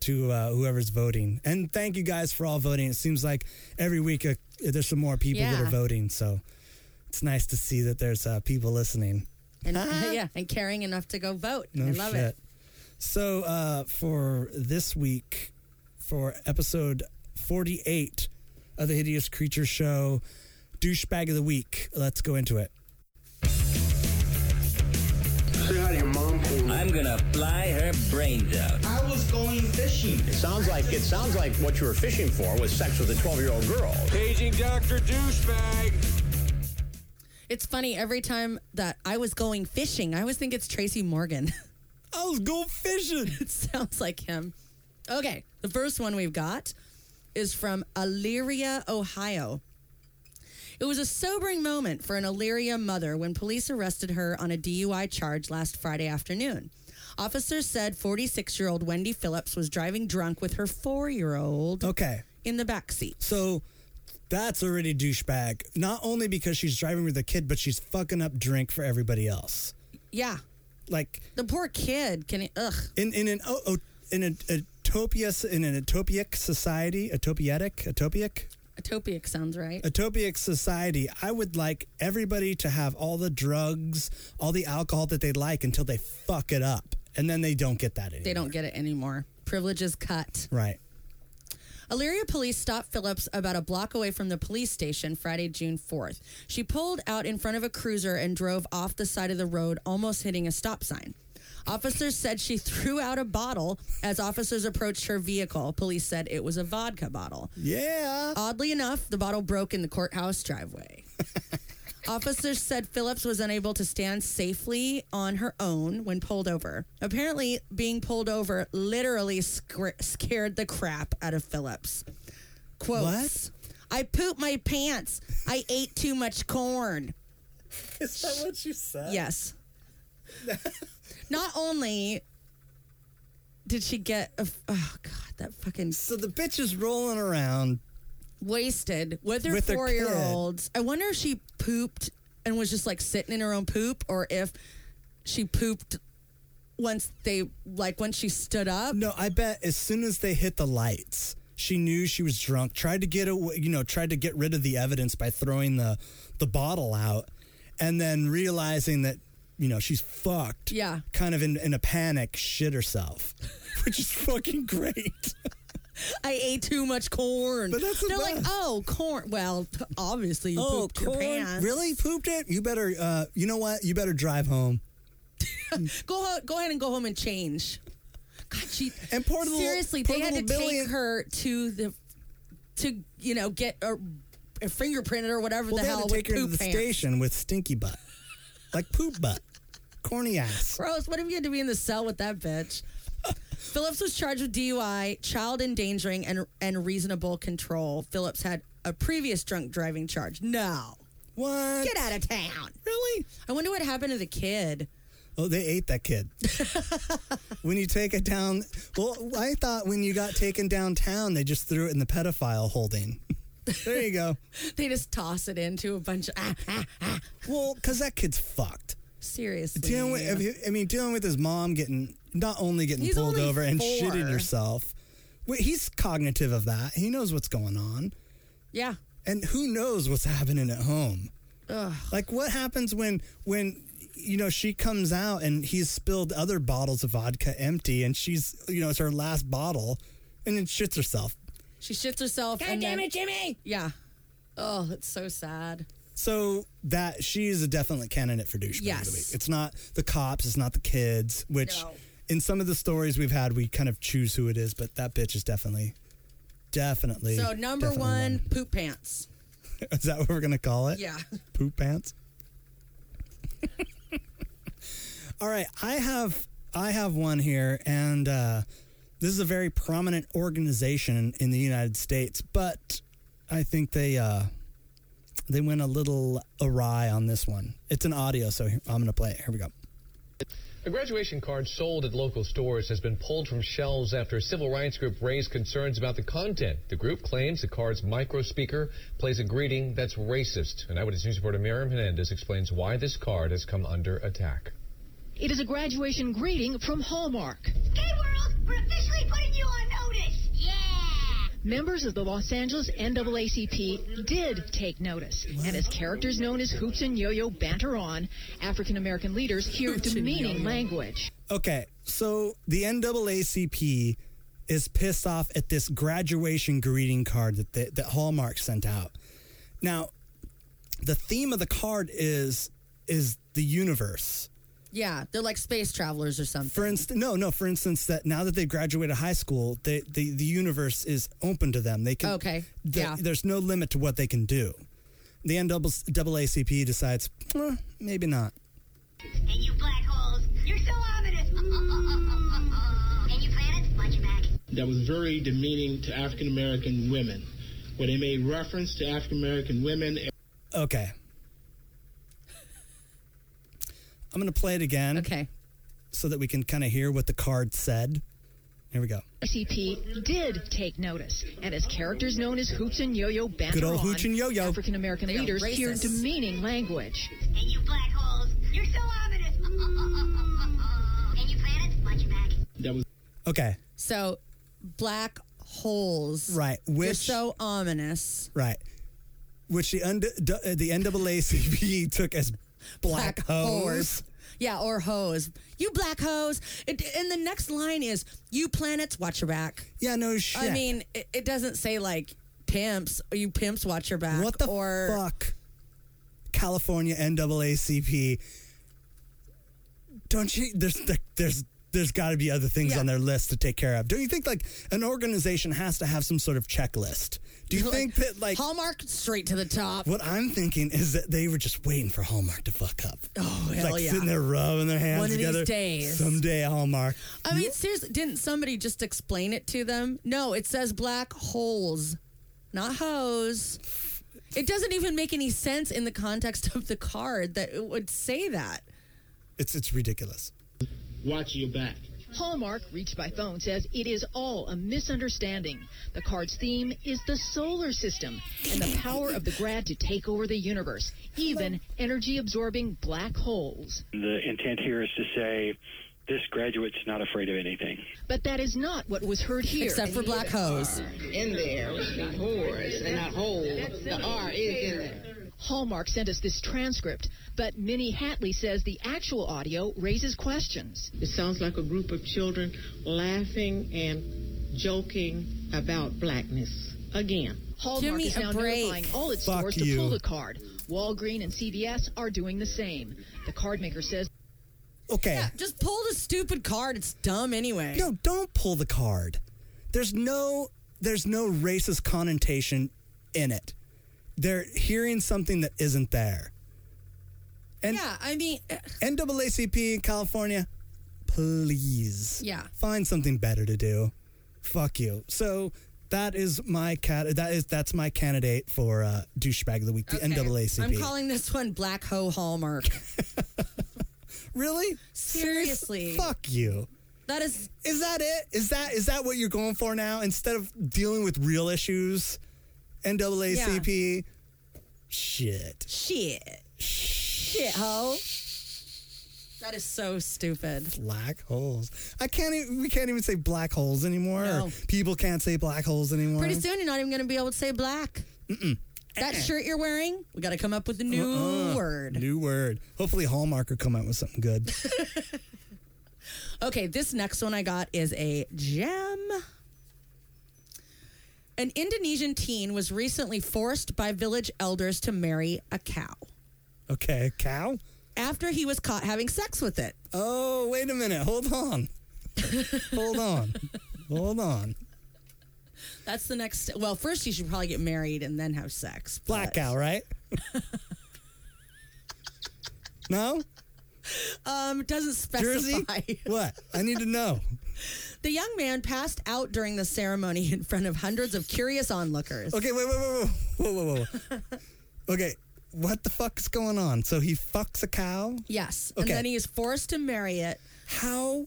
S1: to uh, whoever's voting. And thank you guys for all voting. It seems like every week uh, there's some more people that
S3: Yeah.
S1: are voting. So it's nice to see that there's uh, people listening.
S3: And *laughs* yeah, and caring enough to go vote.
S1: No
S3: I love
S1: shit.
S3: it.
S1: So uh, for this week, for episode 48 of the Hideous Creature Show, douchebag of the week. Let's go into it.
S10: Say hi to your mom I'm gonna fly her brains out.
S5: I was going fishing.
S10: It sounds like it sounds like what you were fishing for was sex with a 12-year-old girl.
S5: Paging Dr. Douchebag.
S3: It's funny every time that I was going fishing, I always think it's Tracy Morgan. *laughs*
S1: I was going fishing.
S3: it *laughs* sounds like him. Okay, the first one we've got is from Elyria, Ohio. It was a sobering moment for an Elyria mother when police arrested her on a DUI charge last Friday afternoon. Officers said 46 year old Wendy Phillips was driving drunk with her four year
S1: *laughs*
S3: old
S1: Okay.
S3: in the backseat.
S1: So that's already douchebag. Not only because she's driving with a kid, but she's fucking up drink for everybody else.
S3: Yeah.
S1: Like
S3: the poor kid can ugh.
S1: In in an oh, oh in a, a topia in an utopic society, utopietic, utopic,
S3: Atopic sounds right.
S1: Uh, utopic society, I would like everybody to have all the drugs, all the alcohol that they like until they fuck it up, and then they don't get that anymore.
S3: They don't get it anymore. Privilege is cut.
S1: Right.
S3: Elyria police stopped Phillips about a block away from the police station Friday, June 4th. She pulled out in front of a cruiser and drove off the side of the road, almost hitting a stop sign. Officers said she *laughs* threw out a bottle as officers approached her vehicle. Police said it was a vodka bottle.
S1: Yeah. *laughs*
S3: Oddly enough, the bottle broke in the courthouse driveway. Officers said Phillips was unable to stand safely on her own when pulled over. Apparently, being pulled over literally scr- scared the crap out of Phillips. Quotes I pooped my pants. I ate too much corn.
S1: Is that what you said?
S3: Yes. Not only did she get a. f- Oh, God, that fucking.
S1: So the bitch is rolling around
S3: wasted with her
S1: With her
S3: four year olds. I wonder if she pooped and was just like sitting in her own poop, or if she pooped once they like once she stood up.
S1: No, I bet as soon as they hit the lights, she knew she was drunk. Tried to get away, you know, tried to get rid of the evidence by throwing the the bottle out, and then realizing that you know she's fucked.
S3: Yeah.
S1: Kind of in, in a panic, shit herself, *laughs* which is fucking great.
S3: I ate too much corn.
S1: But that's the
S3: They're like,
S1: best. Oh,
S3: oh, corn. Well, p- obviously you pooped your pants.
S1: Really pooped it? You better. Uh, you know what? You better drive home.
S3: go ho- go ahead and go home and change. God, she
S1: and poor little-
S3: seriously,
S1: poor
S3: they had to
S1: little Billy-
S3: take her to the to you know get a, a fingerprinted or whatever
S1: well,
S3: the
S1: they
S3: hell
S1: had to take her
S3: with
S1: to the
S3: poop pants.
S1: station with stinky butt, like poop butt, corny ass.
S3: *laughs* Gross. What if you had to be in the cell with that bitch? Phillips was charged with DUI, child endangering, and and reasonable control. Phillips had a previous drunk driving charge. No.
S1: What?
S3: Get out of town.
S1: Really?
S3: I wonder what happened to the kid.
S1: Oh, they ate that
S3: *laughs*
S1: kid. when you take it down, well, I thought when you got taken downtown, they just threw it in the pedophile holding. there you go.
S3: They just toss it into a bunch of. ah,
S1: Well, because that kid's fucked.
S3: Seriously.
S1: Dealing with, if you- I mean, dealing with his mom getting not only getting
S3: He's
S1: pulled
S3: only
S1: over and
S3: four.
S1: shitting yourself. Well, He's cognitive of that. He knows what's going on,
S3: yeah.
S1: and who knows what's happening at home.
S3: Ugh.
S1: Like what happens when when you know she comes out and he's spilled other bottles of vodka empty and she's you know it's her last bottle and then shits herself.
S3: She shits herself.
S10: God
S3: and
S10: damn
S3: then-
S10: it, Jimmy!
S3: Yeah. Oh, it's so sad.
S1: So that she is a definite candidate for douchebag of
S3: Yes.
S1: the week. It's not the cops, it's not the kids, which in some of the stories we've had we kind of choose who it is, but that bitch is definitely definitely
S3: So number
S1: definitely
S3: one, poop pants.
S1: *laughs* Is that what we're gonna call it?
S3: Yeah.
S1: Poop pants. All right, I have I have one here, and uh, this is a very prominent organization in the United States, but I think they uh, they went a little awry on this one. It's an audio, so here- I'm gonna play it. Here we go.
S11: A graduation card sold at local stores has been pulled from shelves after a civil rights group raised concerns about the content. The group claims the card's micro speaker plays a greeting that's racist. And Eyewitness News reporter Miriam Hernandez explains why this card has come under attack.
S12: It is a graduation greeting from Hallmark.
S13: We're officially putting you on notice. Yeah.
S12: Members of the Los Angeles NAACP did take notice. And as characters known as Hoops and Yo-Yo banter on, African American leaders hear demeaning language.
S1: Okay, so the NAACP is pissed off at this graduation greeting card that they, that Hallmark sent out. Now, the theme of the card is is the universe.
S3: Yeah, they're like space travelers or something.
S1: For instance, no, no. For instance, that now that they've graduated high school, they, the the universe is open to them. They can
S3: Okay,
S1: the-
S3: yeah.
S1: There's no limit to what they can do. The NAACP decides, "Eh, maybe not.
S13: And you black holes, you're so *laughs* ominous. and you planets, watch your back.
S14: that was very demeaning to African American women. When they made reference to African American women,
S1: Okay. I'm going to play it again.
S3: Okay.
S1: So that we can kind of hear what the card said. Here we go.
S12: NAACP did take notice. And as characters known as Hoops and Yo-Yo banter
S1: Good old
S12: on,
S1: Hooch and Yo-Yo.
S12: African American
S1: They are
S12: leaders hear
S1: racist.
S12: demeaning language.
S13: And you black holes, you're so *laughs* ominous. and you planets, watch your back.
S14: that was
S1: Okay.
S3: So black holes.
S1: Right,
S3: You're
S1: which-
S3: so ominous.
S1: Right. Which the, und- d- uh, the NAACP E *laughs* took as black, hose.
S3: Yeah, or hose. You black hose. It, and the next line is, you planets, watch your back.
S1: Yeah, no shit.
S3: I mean, it, it doesn't say like pimps, or you pimps, watch your back.
S1: What the
S3: or, *laughs*
S1: fuck? California NAACP. E. Don't you? There's there's there's got to be other things on their list to take care of. Don't you think like an organization has to have some sort of checklist? Do you think that like
S3: Hallmark straight to the top?
S1: What I'm thinking is that they were just waiting for Hallmark to fuck up. Oh
S3: hell
S1: like
S3: yeah.
S1: sitting there rubbing their hands
S3: One of these
S1: together.
S3: days.
S1: someday Hallmark.
S3: I mean, seriously, didn't somebody just explain it to them? No, it says black holes, not hose. It doesn't even make any sense in the context of the card that it would say that.
S1: It's it's ridiculous.
S14: watch your back.
S12: Hallmark, reached by phone, says it is all a misunderstanding. The card's theme is the solar system and the power of the grad to take over the universe, even energy absorbing black holes.
S15: The intent here is to say this graduate's not afraid of anything.
S12: But that is not what was heard here.
S3: Except for black hose.
S12: In there, whores and not holes. The R is in there. Hallmark sent us this transcript, but Minnie Hatley says the actual audio raises questions.
S16: It sounds like a group of children laughing and joking about blackness. Again.
S12: Hallmark
S16: me
S12: is
S16: a
S12: now
S16: break.
S12: notifying all its
S16: Fuck
S12: stores
S16: you.
S12: to pull the card. Walgreen and CVS are doing the same. The card maker says
S1: Okay.
S3: Just pull the stupid card. It's dumb anyway.
S1: No, don't pull the card. There's no there's no racist connotation in it. They're hearing something that isn't there. And uh,
S3: yeah, I mean
S1: NAACP in California, please.
S3: Yeah.
S1: Find something better to do. Fuck you. So that is my cat that is that's my candidate for uh, douchebag of the week, the NAACP.
S3: I'm calling this one Black Ho Hallmark.
S1: really?
S3: Seriously.
S1: Fuck you.
S3: That is
S1: Is that it? Is that is that what you're going for now? Instead of dealing with real issues, NAACP. Shit.
S3: shit. Shit ho. That is so stupid.
S1: Black holes. I can't. Even, we can't even say black holes anymore. or people can't say black holes anymore.
S3: Pretty soon you're not even going to be able to say black.
S1: Mm-mm.
S3: That shirt you're wearing, we got to come up with a new
S1: Uh-uh.
S3: word.
S1: New word. Hopefully Hallmark will come out with something good.
S3: Okay, this next one I got is a gem. An Indonesian teen was recently forced by village elders to marry a cow
S1: Okay, cow.
S3: after he was caught having sex with it.
S1: Oh, wait a minute. Hold on. Hold on. Hold on.
S3: That's the next. Well, first you should probably get married and then have sex.
S1: Black cow, right? no.
S3: Um, it doesn't specify. *laughs*
S1: What? I need to know.
S3: The young man passed out during the ceremony in front of hundreds of curious onlookers.
S1: Okay, wait, wait, wait, wait, whoa, whoa, whoa. okay, what the fuck is going on? So he fucks a cow.
S3: Yes. And
S1: Okay.
S3: then he is forced to marry it.
S1: How?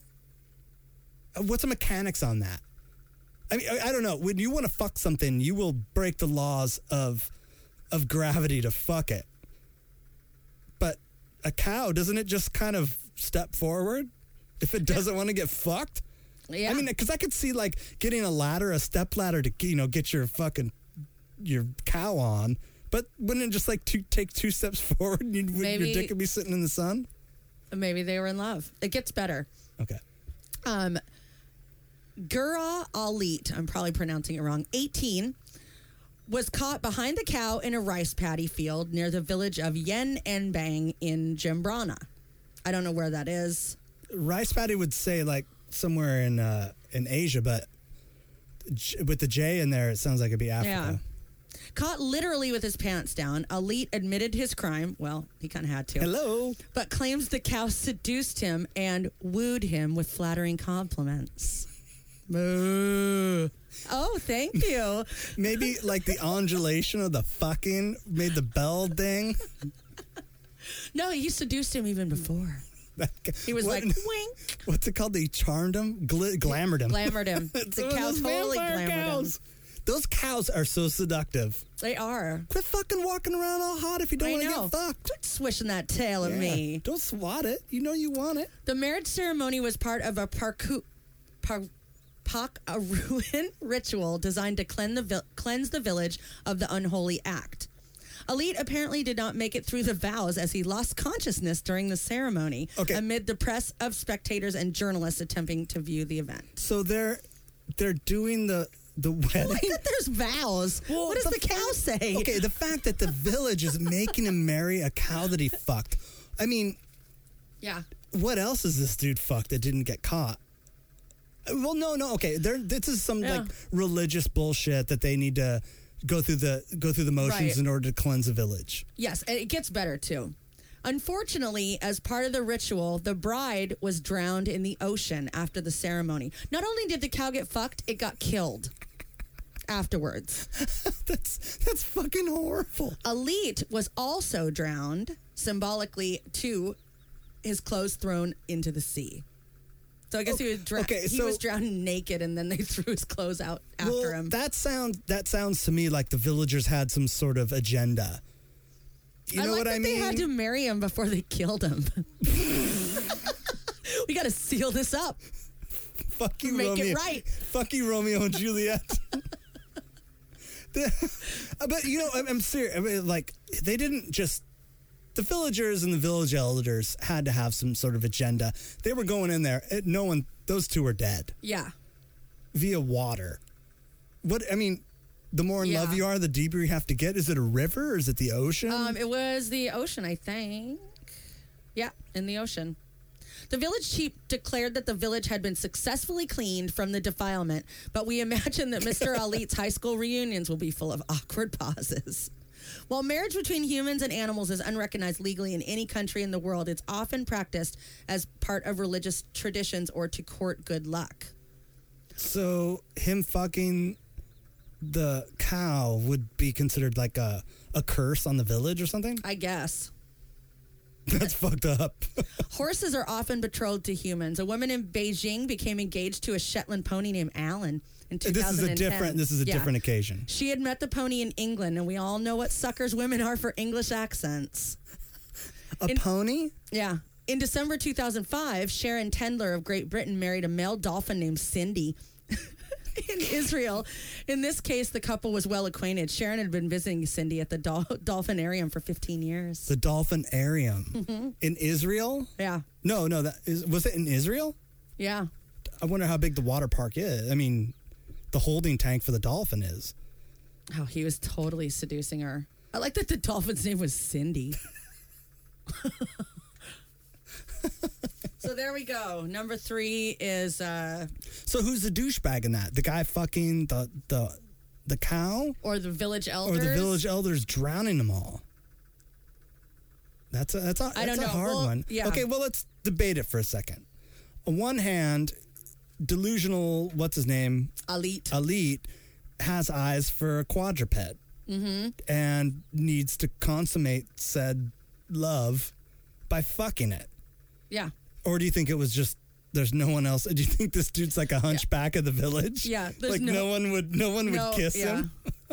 S1: Uh, What's the mechanics on that? I mean, I, I don't know. When you want to fuck something, you will break the laws of of gravity to fuck it. But a cow doesn't it just kind of step forward if it doesn't want to get fucked?
S3: Yeah.
S1: I mean, because I could see like getting a ladder, a step ladder to you know get your fucking your cow on, but wouldn't it just like two, take two steps *laughs* forward and you'd,
S3: Maybe-
S1: your dick would be sitting in the sun?
S3: Maybe they were in love. It gets better.
S1: Okay.
S3: Um, Gura Alit, I'm probably pronouncing it wrong, 18, was caught behind the cow in a rice paddy field near the village of Yen Enbang in Jembrana. I don't know where that is.
S1: Rice paddy would say like somewhere in uh in Asia, but J- with the J in there, it sounds like it'd be Africa.
S3: Caught literally with his pants down, Alit admitted his crime. Well, he kind of had to.
S1: Hello.
S3: But claims the cow seduced him and wooed him with flattering compliments. Moo. Oh,
S1: *laughs*
S3: thank you.
S1: Maybe like the undulation of the fucking made the bell ding.
S3: No, he seduced him even before. He was like, wink.
S1: *laughs* What's it called? They charmed him, Gl- glamored him, *laughs*
S3: Glamored him.
S1: It's
S3: The
S1: one of
S3: cow
S1: those
S3: totally
S1: vampire
S3: glamored him.
S1: cows. Those cows are so seductive.
S3: They are.
S1: Quit fucking walking around all hot if you don't
S3: I
S1: want to
S3: know.
S1: get fucked.
S3: Quit swishing that tail at
S1: Yeah.
S3: me.
S1: Don't swat it. You know you want it.
S3: The marriage ceremony was part of a parku, par, pak a *laughs* ruin ritual designed to cleanse the vil- cleanse the village of the unholy act. Elite apparently did not make it through the vows as he lost consciousness during the ceremony amid the press of spectators and journalists attempting to view the event.
S1: So they're they're doing the
S3: *laughs*
S1: the
S3: I
S1: wedding.
S3: that there's vows. what does the, cow say?
S1: Okay, the fact that the village is making him marry a cow that he fucked. I mean,
S3: yeah.
S1: what else is this dude fucked that didn't get caught? Uh, Well, no, no. Okay, there. This is some
S3: Yeah.
S1: like religious bullshit that they need to go through the go through the motions
S3: Right.
S1: in order to cleanse a village. *laughs*
S3: Yes, and it gets better too. Unfortunately, as part of the ritual, the bride was drowned in the ocean after the ceremony. Not only did the cow get fucked, it got killed afterwards.
S1: that's that's fucking horrible.
S3: Elite was also drowned, symbolically, to his clothes thrown into the sea. So I guess he was drowned.
S1: Oh, Okay,
S3: he
S1: so-
S3: was drowned naked, and then they *laughs* threw his clothes out after
S1: well,
S3: him.
S1: that sound that sounds to me like the villagers had some sort of agenda. You
S3: I
S1: know
S3: like
S1: what
S3: that
S1: I
S3: They had
S1: mean?
S3: to marry him before they killed him. *laughs* we got to seal this up.
S1: Fuck you,
S3: Make
S1: Romeo.
S3: it right.
S1: Fuck you, Romeo and
S3: *laughs*
S1: Juliet. *laughs* The- but you know, I'm, I'm serious. I mean, like they didn't just. The villagers and the village elders had to have some sort of agenda. They were going in there. It, no one. Those two were dead
S3: Yeah.
S1: via water. What I mean, the more in love
S3: Yeah.
S1: you are, the deeper you have to get. Is it a river? Is it the ocean?
S3: Um, it was the ocean, I think. Yeah, in the ocean. The village chief declared that the village had been successfully cleaned from the defilement, but we imagine that Mr. Alit's high school reunions will be full of awkward pauses. While marriage between humans and animals is unrecognized legally in any country in the world, it's often practiced as part of religious traditions or to court good luck.
S1: So him fucking the cow would be considered like a a curse on the village or something.
S3: I guess.
S1: *laughs* That's fucked
S3: *laughs*
S1: up.
S3: Horses are often betrothed to humans. A woman in Beijing became engaged to a Shetland pony named Alan in
S1: This is a
S3: 2010.
S1: different. This is a
S3: Yeah.
S1: different occasion.
S3: She had met the pony in England, and we all know what suckers women are for English accents.
S1: A pony?
S3: Yeah. In December 2005, Sharon Tendler of Great Britain married a male dolphin named Cindy. *laughs* in Israel, in this case, the couple was well acquainted. Sharon had been visiting Cindy at the dol- dolphinarium for 15 years.
S1: The dolphinarium
S3: Mhm.
S1: in Israel.
S3: Yeah.
S1: No, no. That is was it in Israel?
S3: Yeah.
S1: I wonder how big the water park is. I mean, the holding tank for the dolphin is.
S3: Oh, he was totally seducing her. I like that the dolphin's name was Cindy. so there we go. Number three is uh,
S1: So who's the douchebag in that? The guy fucking the the the cow
S3: or the village elders.
S1: or the village elders drowning them all? That's a that's a, that's
S3: I don't
S1: a
S3: know.
S1: hard
S3: Well,
S1: one.
S3: yeah.
S1: Okay, well let's debate it for a second. On one hand, delusional what's his name?
S3: Elite.
S1: Elite has eyes for a quadruped
S3: Mm-hmm.
S1: and needs to consummate said love by fucking it.
S3: Yeah.
S1: Or do you think it was just there's no one else? Do you think this dude's like a hunchback of the village?
S3: Yeah, there's
S1: like no,
S3: no-
S1: one would no one would
S3: No,
S1: kiss him. *laughs*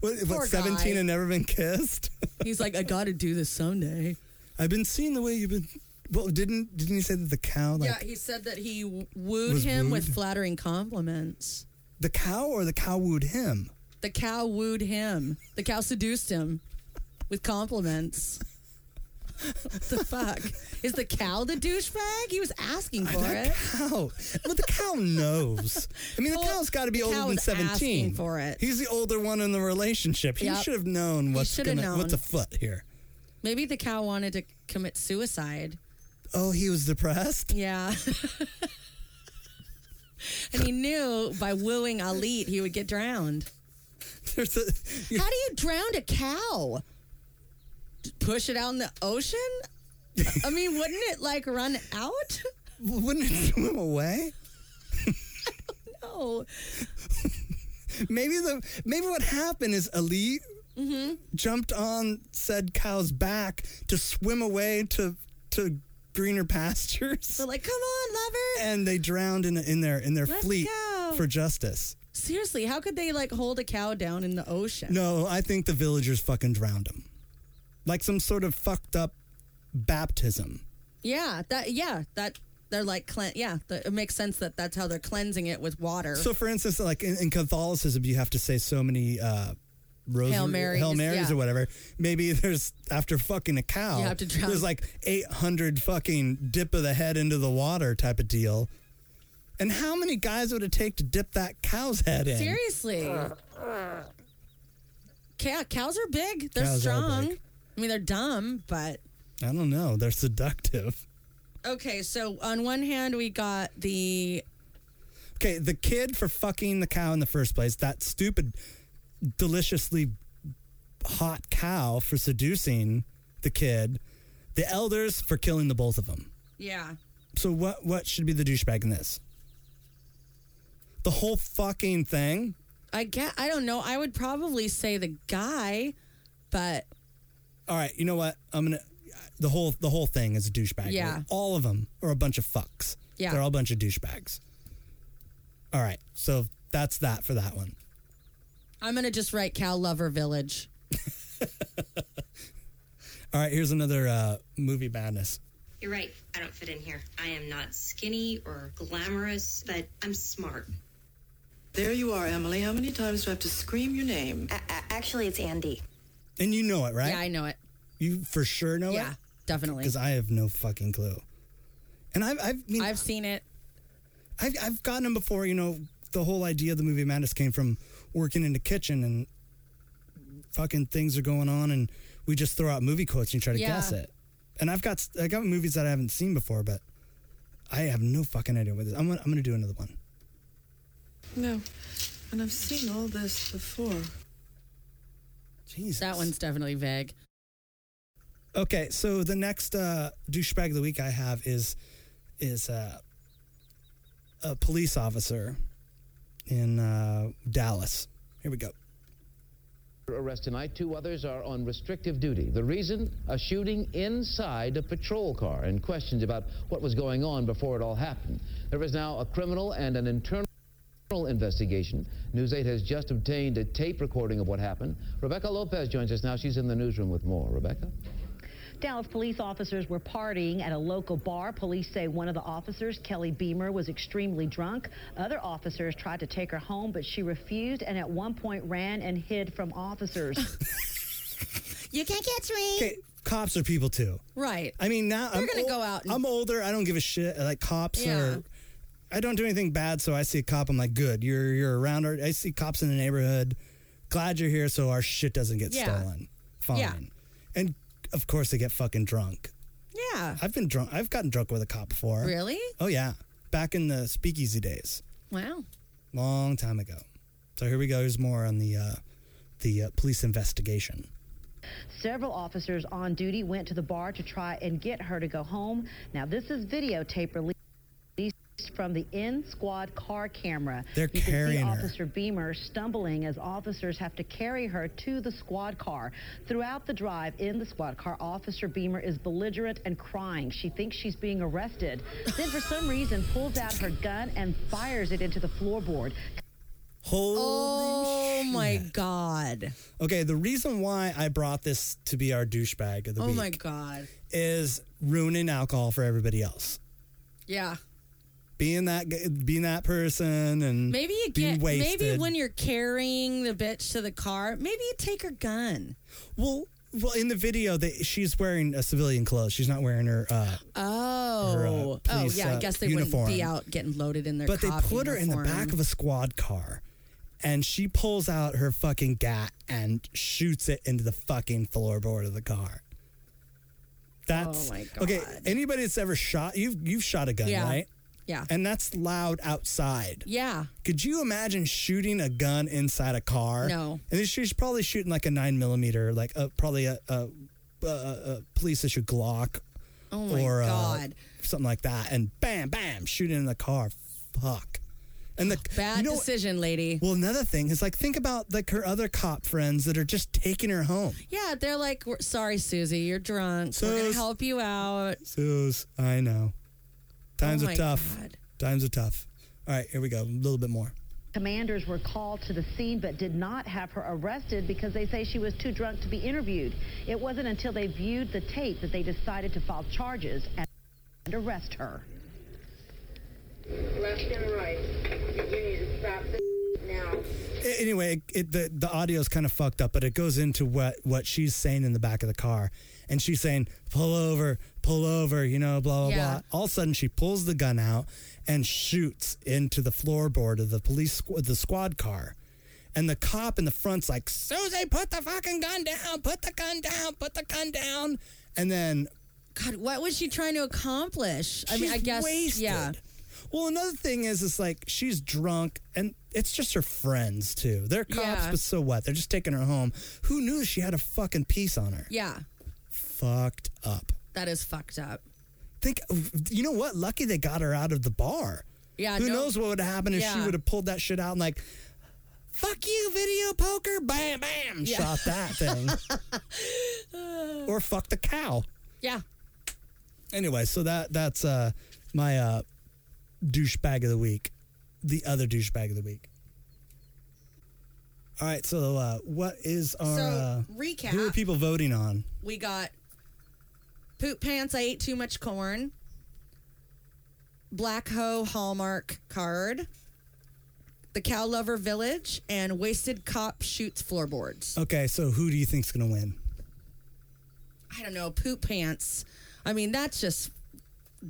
S1: what,
S3: Poor
S1: what seventeen
S3: guy.
S1: and never been kissed? *laughs*
S3: He's like, I got to do this someday.
S1: I've been seeing the way you've been. Well, didn't didn't he say that the cow like
S3: yeah, he said that he w- wooed
S1: Was
S3: him with
S1: wooed?
S3: flattering compliments.
S1: the cow or the cow wooed him?
S3: The cow wooed him. The cow seduced him with compliments. what the fuck? Is the cow the douchebag? He was asking for
S1: that
S3: it.
S1: cow. Well, the cow knows. I
S3: *laughs*
S1: mean, the cow's got to be
S3: the
S1: older
S3: cow
S1: than
S3: was asking
S1: seventeen.
S3: for it.
S1: He's the older one in the relationship. He
S3: Yep.
S1: should have known
S3: He
S1: what's
S3: should have
S1: gonna,
S3: known.
S1: what's afoot here.
S3: Maybe the cow wanted to commit suicide.
S1: Oh, he was depressed. *laughs*
S3: Yeah. *laughs* and he knew by wooing Alit, he would get drowned.
S1: There's a,
S3: How do you drown a cow? D- Push it out in the ocean? I mean, wouldn't it like run out?
S1: Wouldn't it swim away?
S3: No.
S1: Maybe the maybe what happened is Ali
S3: Mm-hmm.
S1: jumped on said cow's back to swim away to to greener pastures,
S3: So like, come on, lover.
S1: *laughs* and they drowned in in their in their
S3: Let's
S1: fleet
S3: go.
S1: for justice.
S3: Seriously, how could they like hold a cow down in the ocean?
S1: No, I think the villagers fucking drowned him, like some sort of fucked up baptism.
S3: Yeah, that yeah, that they're like cle- yeah, the, it makes sense that that's how they're cleansing it with water.
S1: So, for instance, like in, in Catholicism, you have to say so many uh, Rose,
S3: Hail Marys,
S1: Hail Marys
S3: yeah.
S1: or whatever. Maybe *laughs* there's after fucking a cow,
S3: You have to drown.
S1: there's like 800 fucking dip of the head into the water type of deal. And how many guys would it take to dip that cow's head in?
S3: Seriously. Yeah, cows are big. They're
S1: Cows are
S3: strong. I mean, they're dumb, but
S1: I don't know. They're seductive.
S3: okay. So on one hand, we got the
S1: Okay, the kid for fucking the cow in the first place, that stupid, deliciously hot cow for seducing the kid, the elders for killing the both of them.
S3: yeah.
S1: So what what should be the douchebag in this? The whole fucking thing?
S3: I get. I don't know. I would probably say the guy, but
S1: All right, you know what? I'm going to the whole the whole thing is a douchebag.
S3: Yeah.
S1: All of them are a bunch of fucks.
S3: Yeah.
S1: They're all a bunch of douchebags. All right. So that's that for that one.
S3: I'm gonna just write cow lover village.
S1: All right. Here's another uh, movie madness.
S7: You're right. I don't fit in here. I am not skinny or glamorous, but I'm smart.
S17: There you are, Emily. How many times do I have to scream your name?
S9: actually, it's Andy.
S1: And you know it, right?
S3: Yeah, I know it.
S1: You for sure know it?
S3: Yeah, definitely.
S1: Because I have no fucking clue. And I've, I've,
S3: I've seen it.
S1: I've, I've gotten them before, you know, the whole idea of the movie Madness came from working in the kitchen and fucking things are going on and we just throw out movie quotes and you try to
S3: Yeah.
S1: guess it. And I've got, I got movies that I haven't seen before, but I have no fucking idea what this. I'm gonna, I'm gonna do another one.
S17: No. And I've seen all this before.
S1: Jeez.
S3: That one's definitely vague.
S1: Okay, so the next uh, douchebag of the week I have is is uh, a police officer in uh, Dallas. Here we go.
S18: Arrest tonight. Two others are on restrictive duty. The reason? A shooting inside a patrol car and questions about what was going on before it all happened. There is now a criminal and an internal investigation. News 8 has just obtained a tape recording of what happened. Rebecca Lopez joins us now. She's in the newsroom with more. Rebecca?
S4: Dallas police officers were partying at a local bar. Police say one of the officers, Kelly Beamer, was extremely drunk. Other officers tried to take her home, but she refused and at one point ran and hid from officers.
S19: You can't catch me.
S1: Okay, cops are people too.
S3: Right.
S1: I mean, now
S3: They're
S1: I'm
S3: gonna
S1: ol-
S3: go out and-
S1: I'm older. I don't give a shit. uh, Like cops
S3: Yeah.
S1: are. I don't do anything bad, so I see a cop. I'm like, good. You're you're around. Our, I see cops in the neighborhood. Glad you're here, so our shit doesn't get
S3: Yeah.
S1: stolen. Fine.
S3: Yeah.
S1: And of course, they get fucking drunk.
S3: Yeah.
S1: I've been drunk. I've gotten drunk with a cop before.
S3: Really?
S1: Oh yeah. Back in the speakeasy days,
S3: Wow.
S1: long time ago. So here we go. Here's more on the uh, the uh, police investigation.
S4: Several officers on duty went to the bar to try and get her to go home. Now, this is videotape released from the in squad car camera.
S1: They're
S4: you
S1: carrying her.
S4: can see Officer Beamer stumbling as officers have to carry her to the squad car. Throughout the drive in the squad car, Officer Beamer is belligerent and crying. She thinks she's being arrested. Then, for some reason, pulls out her gun and fires it into the floorboard.
S1: Holy
S3: Oh my god.
S1: Okay, the reason why I brought this to be our douchebag of the
S3: Oh
S1: week
S3: my god.
S1: is ruining alcohol for everybody else.
S3: Yeah.
S1: Being that g- being that person and
S3: Maybe you
S1: being
S3: get
S1: wasted.
S3: maybe when you're carrying the bitch to the car, maybe you take her gun.
S1: well well in the video they, she's wearing a civilian clothes. She's not wearing her uh
S3: Oh.
S1: Her, uh,
S3: oh
S1: police,
S3: yeah, I
S1: uh,
S3: guess they wouldn't
S1: uniform.
S3: be out getting loaded in their
S1: but they
S3: cop
S1: put her in the
S3: uniform.
S1: back of a squad car and she pulls out her fucking gat and shoots it into the fucking floorboard of the car. That's
S3: Oh my
S1: okay. Anybody that's ever shot you've you've shot a gun,
S3: Yeah.
S1: right?
S3: Yeah.
S1: And that's loud outside.
S3: Yeah.
S1: Could you imagine shooting a gun inside a car?
S3: No.
S1: And then she's probably shooting like a nine millimeter, like a, probably a, a, a, a police issue Glock.
S3: Oh my
S1: or, uh,
S3: God.
S1: something like that. And bam, bam, shooting in the car. Fuck. And the
S3: *sighs* Bad
S1: you know-
S3: decision, lady.
S1: Well, another thing is like think about like her other cop friends that are just taking her home.
S3: Yeah, they're like, "We're- sorry, Susie, you're drunk. We're gonna
S1: Sus.
S3: help you out.
S1: Suze, I know. Times
S4: Oh
S1: are
S4: my
S1: tough. Times are tough. All right, here we go. A little bit more.
S4: Commanders were called to the scene but did not have her arrested because they say she was too drunk to be interviewed. It wasn't until they viewed the tape that they decided to file charges and arrest her.
S20: Left and right. You need to stop this now.
S1: A- anyway, it, it, the the audio is kind of fucked up, but it goes into what what she's saying in the back of the car, and she's saying, "Pull over, pull over," you know, blah blah
S21: Yeah.
S1: blah. All of a sudden, she pulls the gun out and shoots into the floorboard of the police squ- the squad car, and the cop in the front's like, "Susie, put the fucking gun down! Put the gun down! Put the gun down!" And then,
S3: God, what was she trying to accomplish? I mean, I
S1: She's
S3: guess
S1: wasted.
S3: yeah.
S1: Well, another thing is, it's like she's drunk, and it's just her friends too. They're cops,
S3: Yeah.
S1: but so what? They're just taking her home. Who knew she had a fucking piece on her?
S3: Yeah.
S1: Fucked up.
S3: That is fucked up.
S1: Think, you know what? Lucky they got her out of the bar.
S3: Yeah,
S1: Who
S3: no-
S1: knows what would have happened if she
S3: Yeah.
S1: would have pulled that shit out and like, fuck you, video poker, bam, bam,
S3: Yeah.
S1: shot that
S3: *laughs*
S1: thing, or fuck the cow.
S3: Yeah.
S1: Anyway, so that that's uh my uh douchebag of the week, the other douchebag of the week. All right, so uh, what is our
S3: So,
S1: uh,
S3: recap.
S1: Who are people voting on?
S3: We got poop pants. I ate too much corn. Black hoe hallmark card. The cow lover village and wasted cop shoots floorboards.
S1: Okay, so who do you think's going to win?
S3: I don't know poop pants. I mean that's just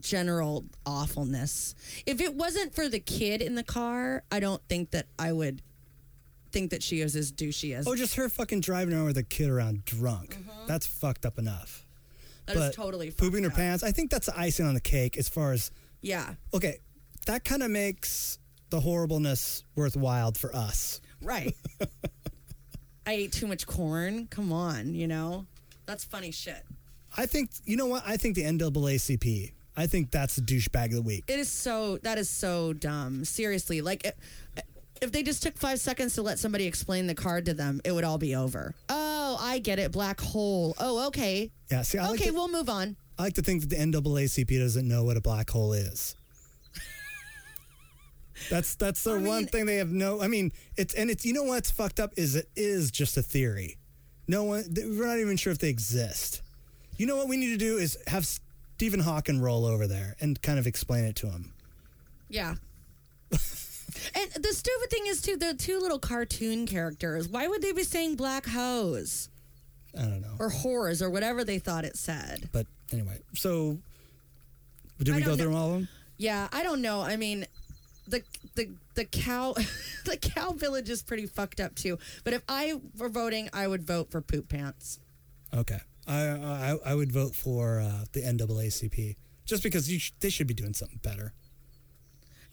S3: general awfulness. If it wasn't for the kid in the car, I don't think that I would think that she is as douchey as.
S1: Oh, just her fucking driving around with a kid around drunk. That's fucked up enough.
S3: Mm-hmm. That is totally fucked
S1: pooping her pants. I think that's the icing on the cake as far as
S3: yeah.
S1: okay, that kind of makes the horribleness worthwhile for us.
S3: Right. I ate too much corn. Come on, you know? That's funny shit.
S1: I think you know what? I think the NAACP. I think that's the douchebag of the week.
S3: It is so, that is so dumb. Seriously. Like, it, if they just took five seconds to let somebody explain the card to them, it would all be over. Oh, I get it. Black hole. Oh, okay.
S1: Yeah. See, I like
S3: okay,
S1: to,
S3: we'll move on.
S1: I like to think that the NAACP doesn't know what a black hole is. that's that's the one thing they have no. I mean, it's and it's you know what's fucked up is it is just a theory. No one. th- We're not even sure if they exist. You know what we need to do is have Stephen Hawking roll over there and kind of explain it to him.
S3: Yeah. *laughs* and the stupid thing is, too, they're two little cartoon characters. Why would they be saying black hoes?
S1: I don't know.
S3: Or whores or whatever they thought it said.
S1: But anyway, so did
S3: I
S1: we
S3: don't
S1: go
S3: know.
S1: through all of them?
S3: Yeah, I don't know. I mean, the the the cow *laughs* the cow village is pretty fucked up too. But if I were voting, I would vote for poop pants.
S1: Okay, I I, I would vote for uh, the NAACP just because you sh- they should be doing something better.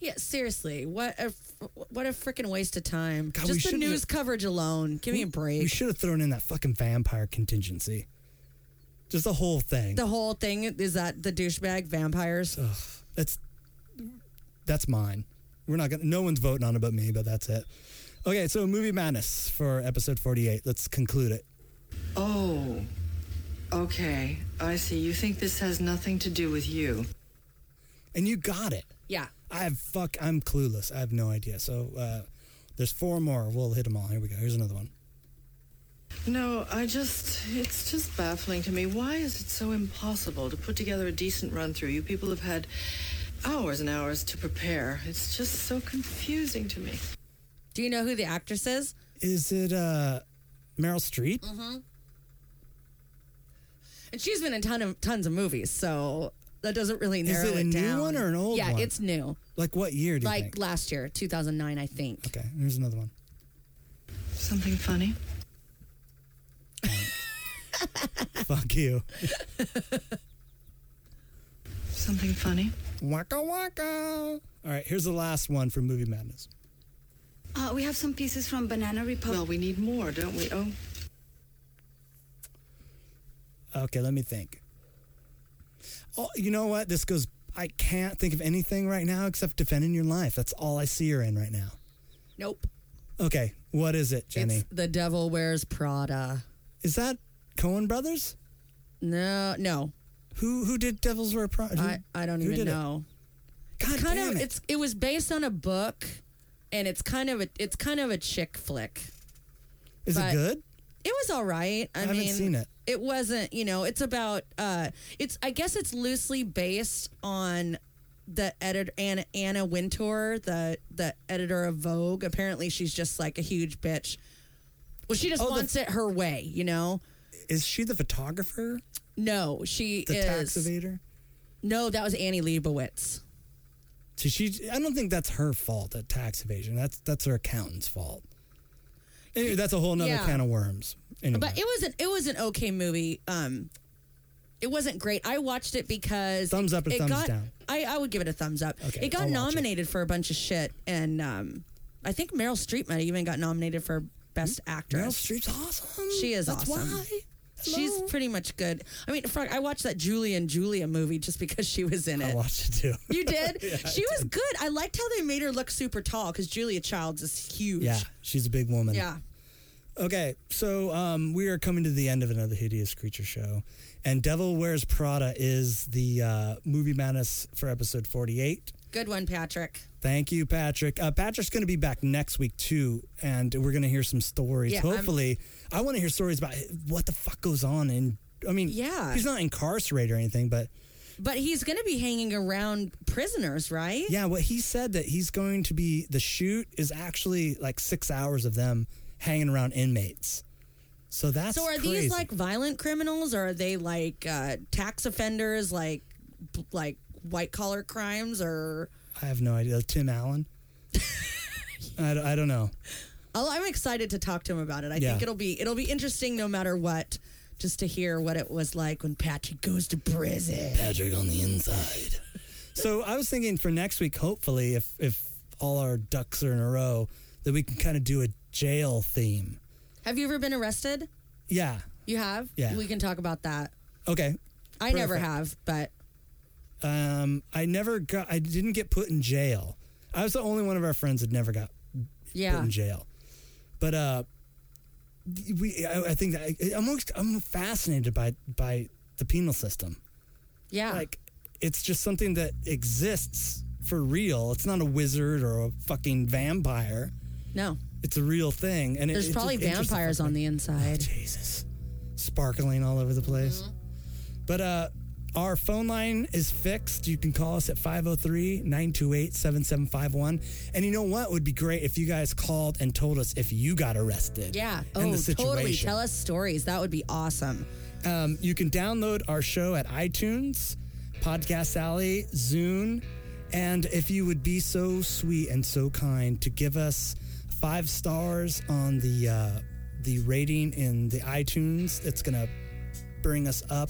S3: Yeah, seriously, what a f- what a freaking waste of time.
S1: we
S3: Just the
S1: shouldn't
S3: news
S1: have-
S3: coverage alone. Give me a break.
S1: We should have thrown in that fucking vampire contingency, just the whole thing.
S3: the whole thing is that the douchebag vampires.
S1: That's that's mine. We're not gonna. No one's voting on it but me, but that's it. Okay, so movie madness for episode forty-eight. Let's conclude it.
S17: Oh, okay. I see. You think this has nothing to do with you.
S1: And you got it.
S3: Yeah.
S1: I have fuck. I'm clueless. I have no idea. So uh, there's four more. We'll hit them all. Here we go. Here's another one.
S17: No, I just, it's just baffling to me. Why is it so impossible to put together a decent run through? You people have had hours and hours to prepare. It's just so confusing to me.
S3: Do you know who the actress is?
S1: Is it uh, Meryl Streep?
S3: Mm-hmm. And she's been in ton of tons of movies, so that doesn't really
S1: Is
S3: narrow
S1: it a new
S3: down.
S1: one or an old
S3: Yeah,
S1: one?
S3: it's new.
S1: Like what year do you
S3: Like
S1: think?
S3: last year, 2009, I think.
S1: Okay, here's another
S3: *laughs*
S1: one.
S17: Something funny?
S1: Fuck you.
S17: Something funny?
S1: Waka waka. All right, here's the last one for movie madness.
S9: Uh, we have some pieces from Banana Republic.
S17: Well, we need more, don't we? Oh,
S1: Okay, let me think. Oh, you know what? This goes. I can't think of anything right now except defending your life. That's all I see her in right now.
S3: Nope.
S1: Okay, what is it, Jenny?
S3: It's The Devil Wears Prada.
S1: Is that Cohen Brothers?
S3: No, no.
S1: Who who did Devils Wear Prada?
S3: I, I don't
S1: Who
S3: even
S1: did it?
S3: know. it's kind of it's it was based on a book, and it's kind of a it's kind of a chick flick.
S1: Is
S3: But
S1: it good?
S3: It was all right. I,
S1: I haven't
S3: mean,
S1: seen it.
S3: It wasn't, you know, it's about uh it's I guess it's loosely based on the editor Anna, Anna Wintour, the the editor of Vogue. Apparently she's just like a huge bitch. Well, she just
S1: Oh, the-
S3: wants it her way, you know.
S1: Is she the photographer?
S3: No, she
S1: The
S3: is
S1: tax evader?
S3: No, that was Annie Leibovitz.
S1: So she, I don't think that's her fault. That tax evasion. That's that's her accountant's fault. Anyway, that's a whole nother
S3: Yeah.
S1: can of worms. Anyway,
S3: But it was an it was an okay movie. Um, it wasn't great. I watched it because
S1: Thumbs up or
S3: it
S1: thumbs
S3: got,
S1: down?
S3: I, I would give it a thumbs up.
S1: Okay,
S3: it got
S1: I'll watch it.
S3: nominated for a bunch of shit, and um, I think Meryl Streep might have even got nominated for best actress.
S1: Hmm? Meryl Streep's awesome.
S3: She is
S1: That's
S3: awesome.
S1: why.
S3: She's pretty much good. I mean, fuck, I watched that Julie and Julia movie just because she was in it.
S1: I watched it too.
S3: *laughs* You did?
S1: Oh, Yeah, I
S3: she was good. I liked how they made her look super tall because Julia Childs is
S1: *laughs*
S3: huge.
S1: Yeah, she's a big woman.
S3: Yeah.
S1: Okay, so um, we are coming to the end of another hideous creature show, and Devil Wears Prada is the uh, movie madness for episode forty-eight.
S3: Good one, Patrick.
S1: Thank you, Patrick. Uh, Patrick's going to be back next week too, and we're going to hear some stories.
S3: Yeah, I'm-
S1: Hopefully, i want to hear stories about what the fuck goes on. And I mean,
S3: Yeah.
S1: he's not incarcerated or anything, but
S3: But he's going to be hanging around prisoners, right?
S1: yeah, what he said that he's going to be the shoot is actually like six hours of them hanging around inmates. So that's
S3: so are
S1: crazy.
S3: these like violent criminals or are they like uh, tax offenders, like b- like white collar crimes or
S1: I have no idea. Tim
S3: *laughs*
S1: Allen. I, don't- I don't know.
S3: Oh, I'm excited to talk to him about it. I
S1: Yeah.
S3: think it'll be it'll be interesting no matter what, just to hear what it was like when Patrick goes to prison.
S1: Patrick on the inside. So I was thinking for next week, hopefully, if if all our ducks are in a row, that we can kind of do a jail theme.
S3: Have you ever been arrested?
S1: Yeah.
S3: You have?
S1: Yeah.
S3: We can talk about that.
S1: Okay.
S3: I never
S1: Perfect.
S3: have, but
S1: Um, I never got. I didn't get put in jail. I was the only one of our friends that never got put
S3: yeah.
S1: in jail. But uh, we. I, I think that I'm always- I'm fascinated by by the penal system.
S3: Yeah.
S1: *laughs* Like it's just something that exists for real. It's not a wizard or a fucking vampire.
S3: No.
S1: It's a real thing, and it-
S3: There's
S1: it,
S3: probably
S1: just interests
S3: vampires
S1: fuck
S3: on
S1: me.
S3: the inside.
S1: Jesus. sparkling all over the place.
S3: Mm-hmm.
S1: But uh, our phone line is fixed. You can call us at 503 928 7751. And you know what would be great if you guys called and told us if you got arrested.
S3: Yeah.
S1: and
S3: Oh,
S1: the
S3: totally.
S1: situation.
S3: Tell us stories. That would be awesome.
S1: Um, you can download our show at iTunes, Podcast Alley, Zune, and if you would be so sweet and so kind to give us five stars on the uh, the rating in the iTunes, it's gonna bring us up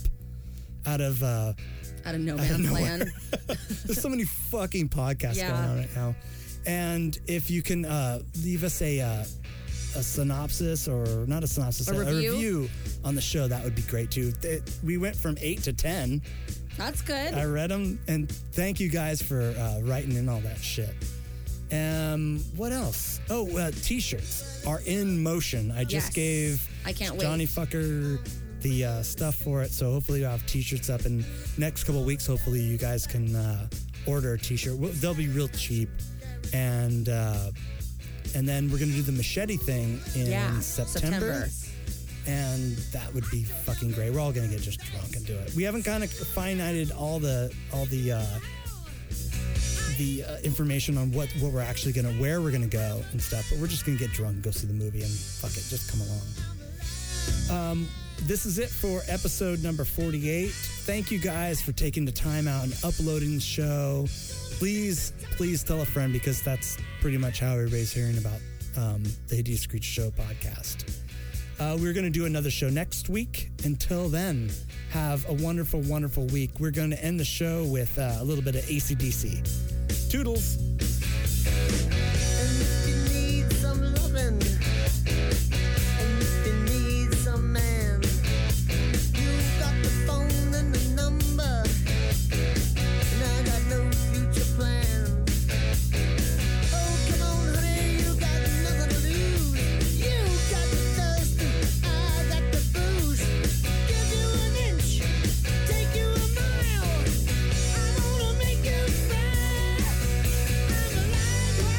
S1: out of uh,
S3: Out of no
S1: Out of
S3: man's
S1: nowhere.
S3: land.
S1: there's so many fucking podcasts
S3: Yeah.
S1: going on right now. And if you can uh, leave us a uh, a synopsis or not a synopsis,
S3: A review?
S1: review on the show, that would be great too. It- we went from eight to ten.
S3: That's good.
S1: I read them, and thank you guys for uh, writing in all that shit. Um, what else? Oh, uh, t-shirts are in motion. I just
S3: Yes.
S1: gave
S3: I can't wait.
S1: Johnny Fucker the uh, stuff for it. So hopefully you'll have t-shirts up in next couple weeks. Hopefully you guys can uh, order a t-shirt. Well, They'll be real cheap, and uh, and then we're gonna do the machete thing in
S3: Yeah,
S1: September.
S3: September.
S1: And that would be fucking great. We're all gonna get just drunk and do it. We haven't kind of finited all the all the uh, the uh, information on what what we're actually gonna where we're gonna go and stuff, but we're just gonna get drunk, go see the movie, and fuck it, just come along. Um, this is it for episode number 48. Thank you guys for taking the time out and uploading the show. Please, please tell a friend because that's pretty much how everybody's hearing about um, the Hideous Creature Show podcast. Uh, we're going to do another show next week. Until then, have a wonderful, wonderful week. We're going to end the show with uh, a little bit of ACDC. Toodles.
S2: need some loving, and if you need some man, you've got the phone and the number, and I got no future plans. Oh, come on, honey, you got nothing to lose. You got the thirst, I got the booze. Give you an inch, take you a mile. I wanna make you cry.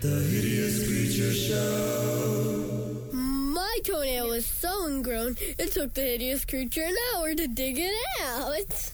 S22: The Hideous Creature Show.
S9: My toenail was so ingrown, it took the hideous creature an hour to dig it out.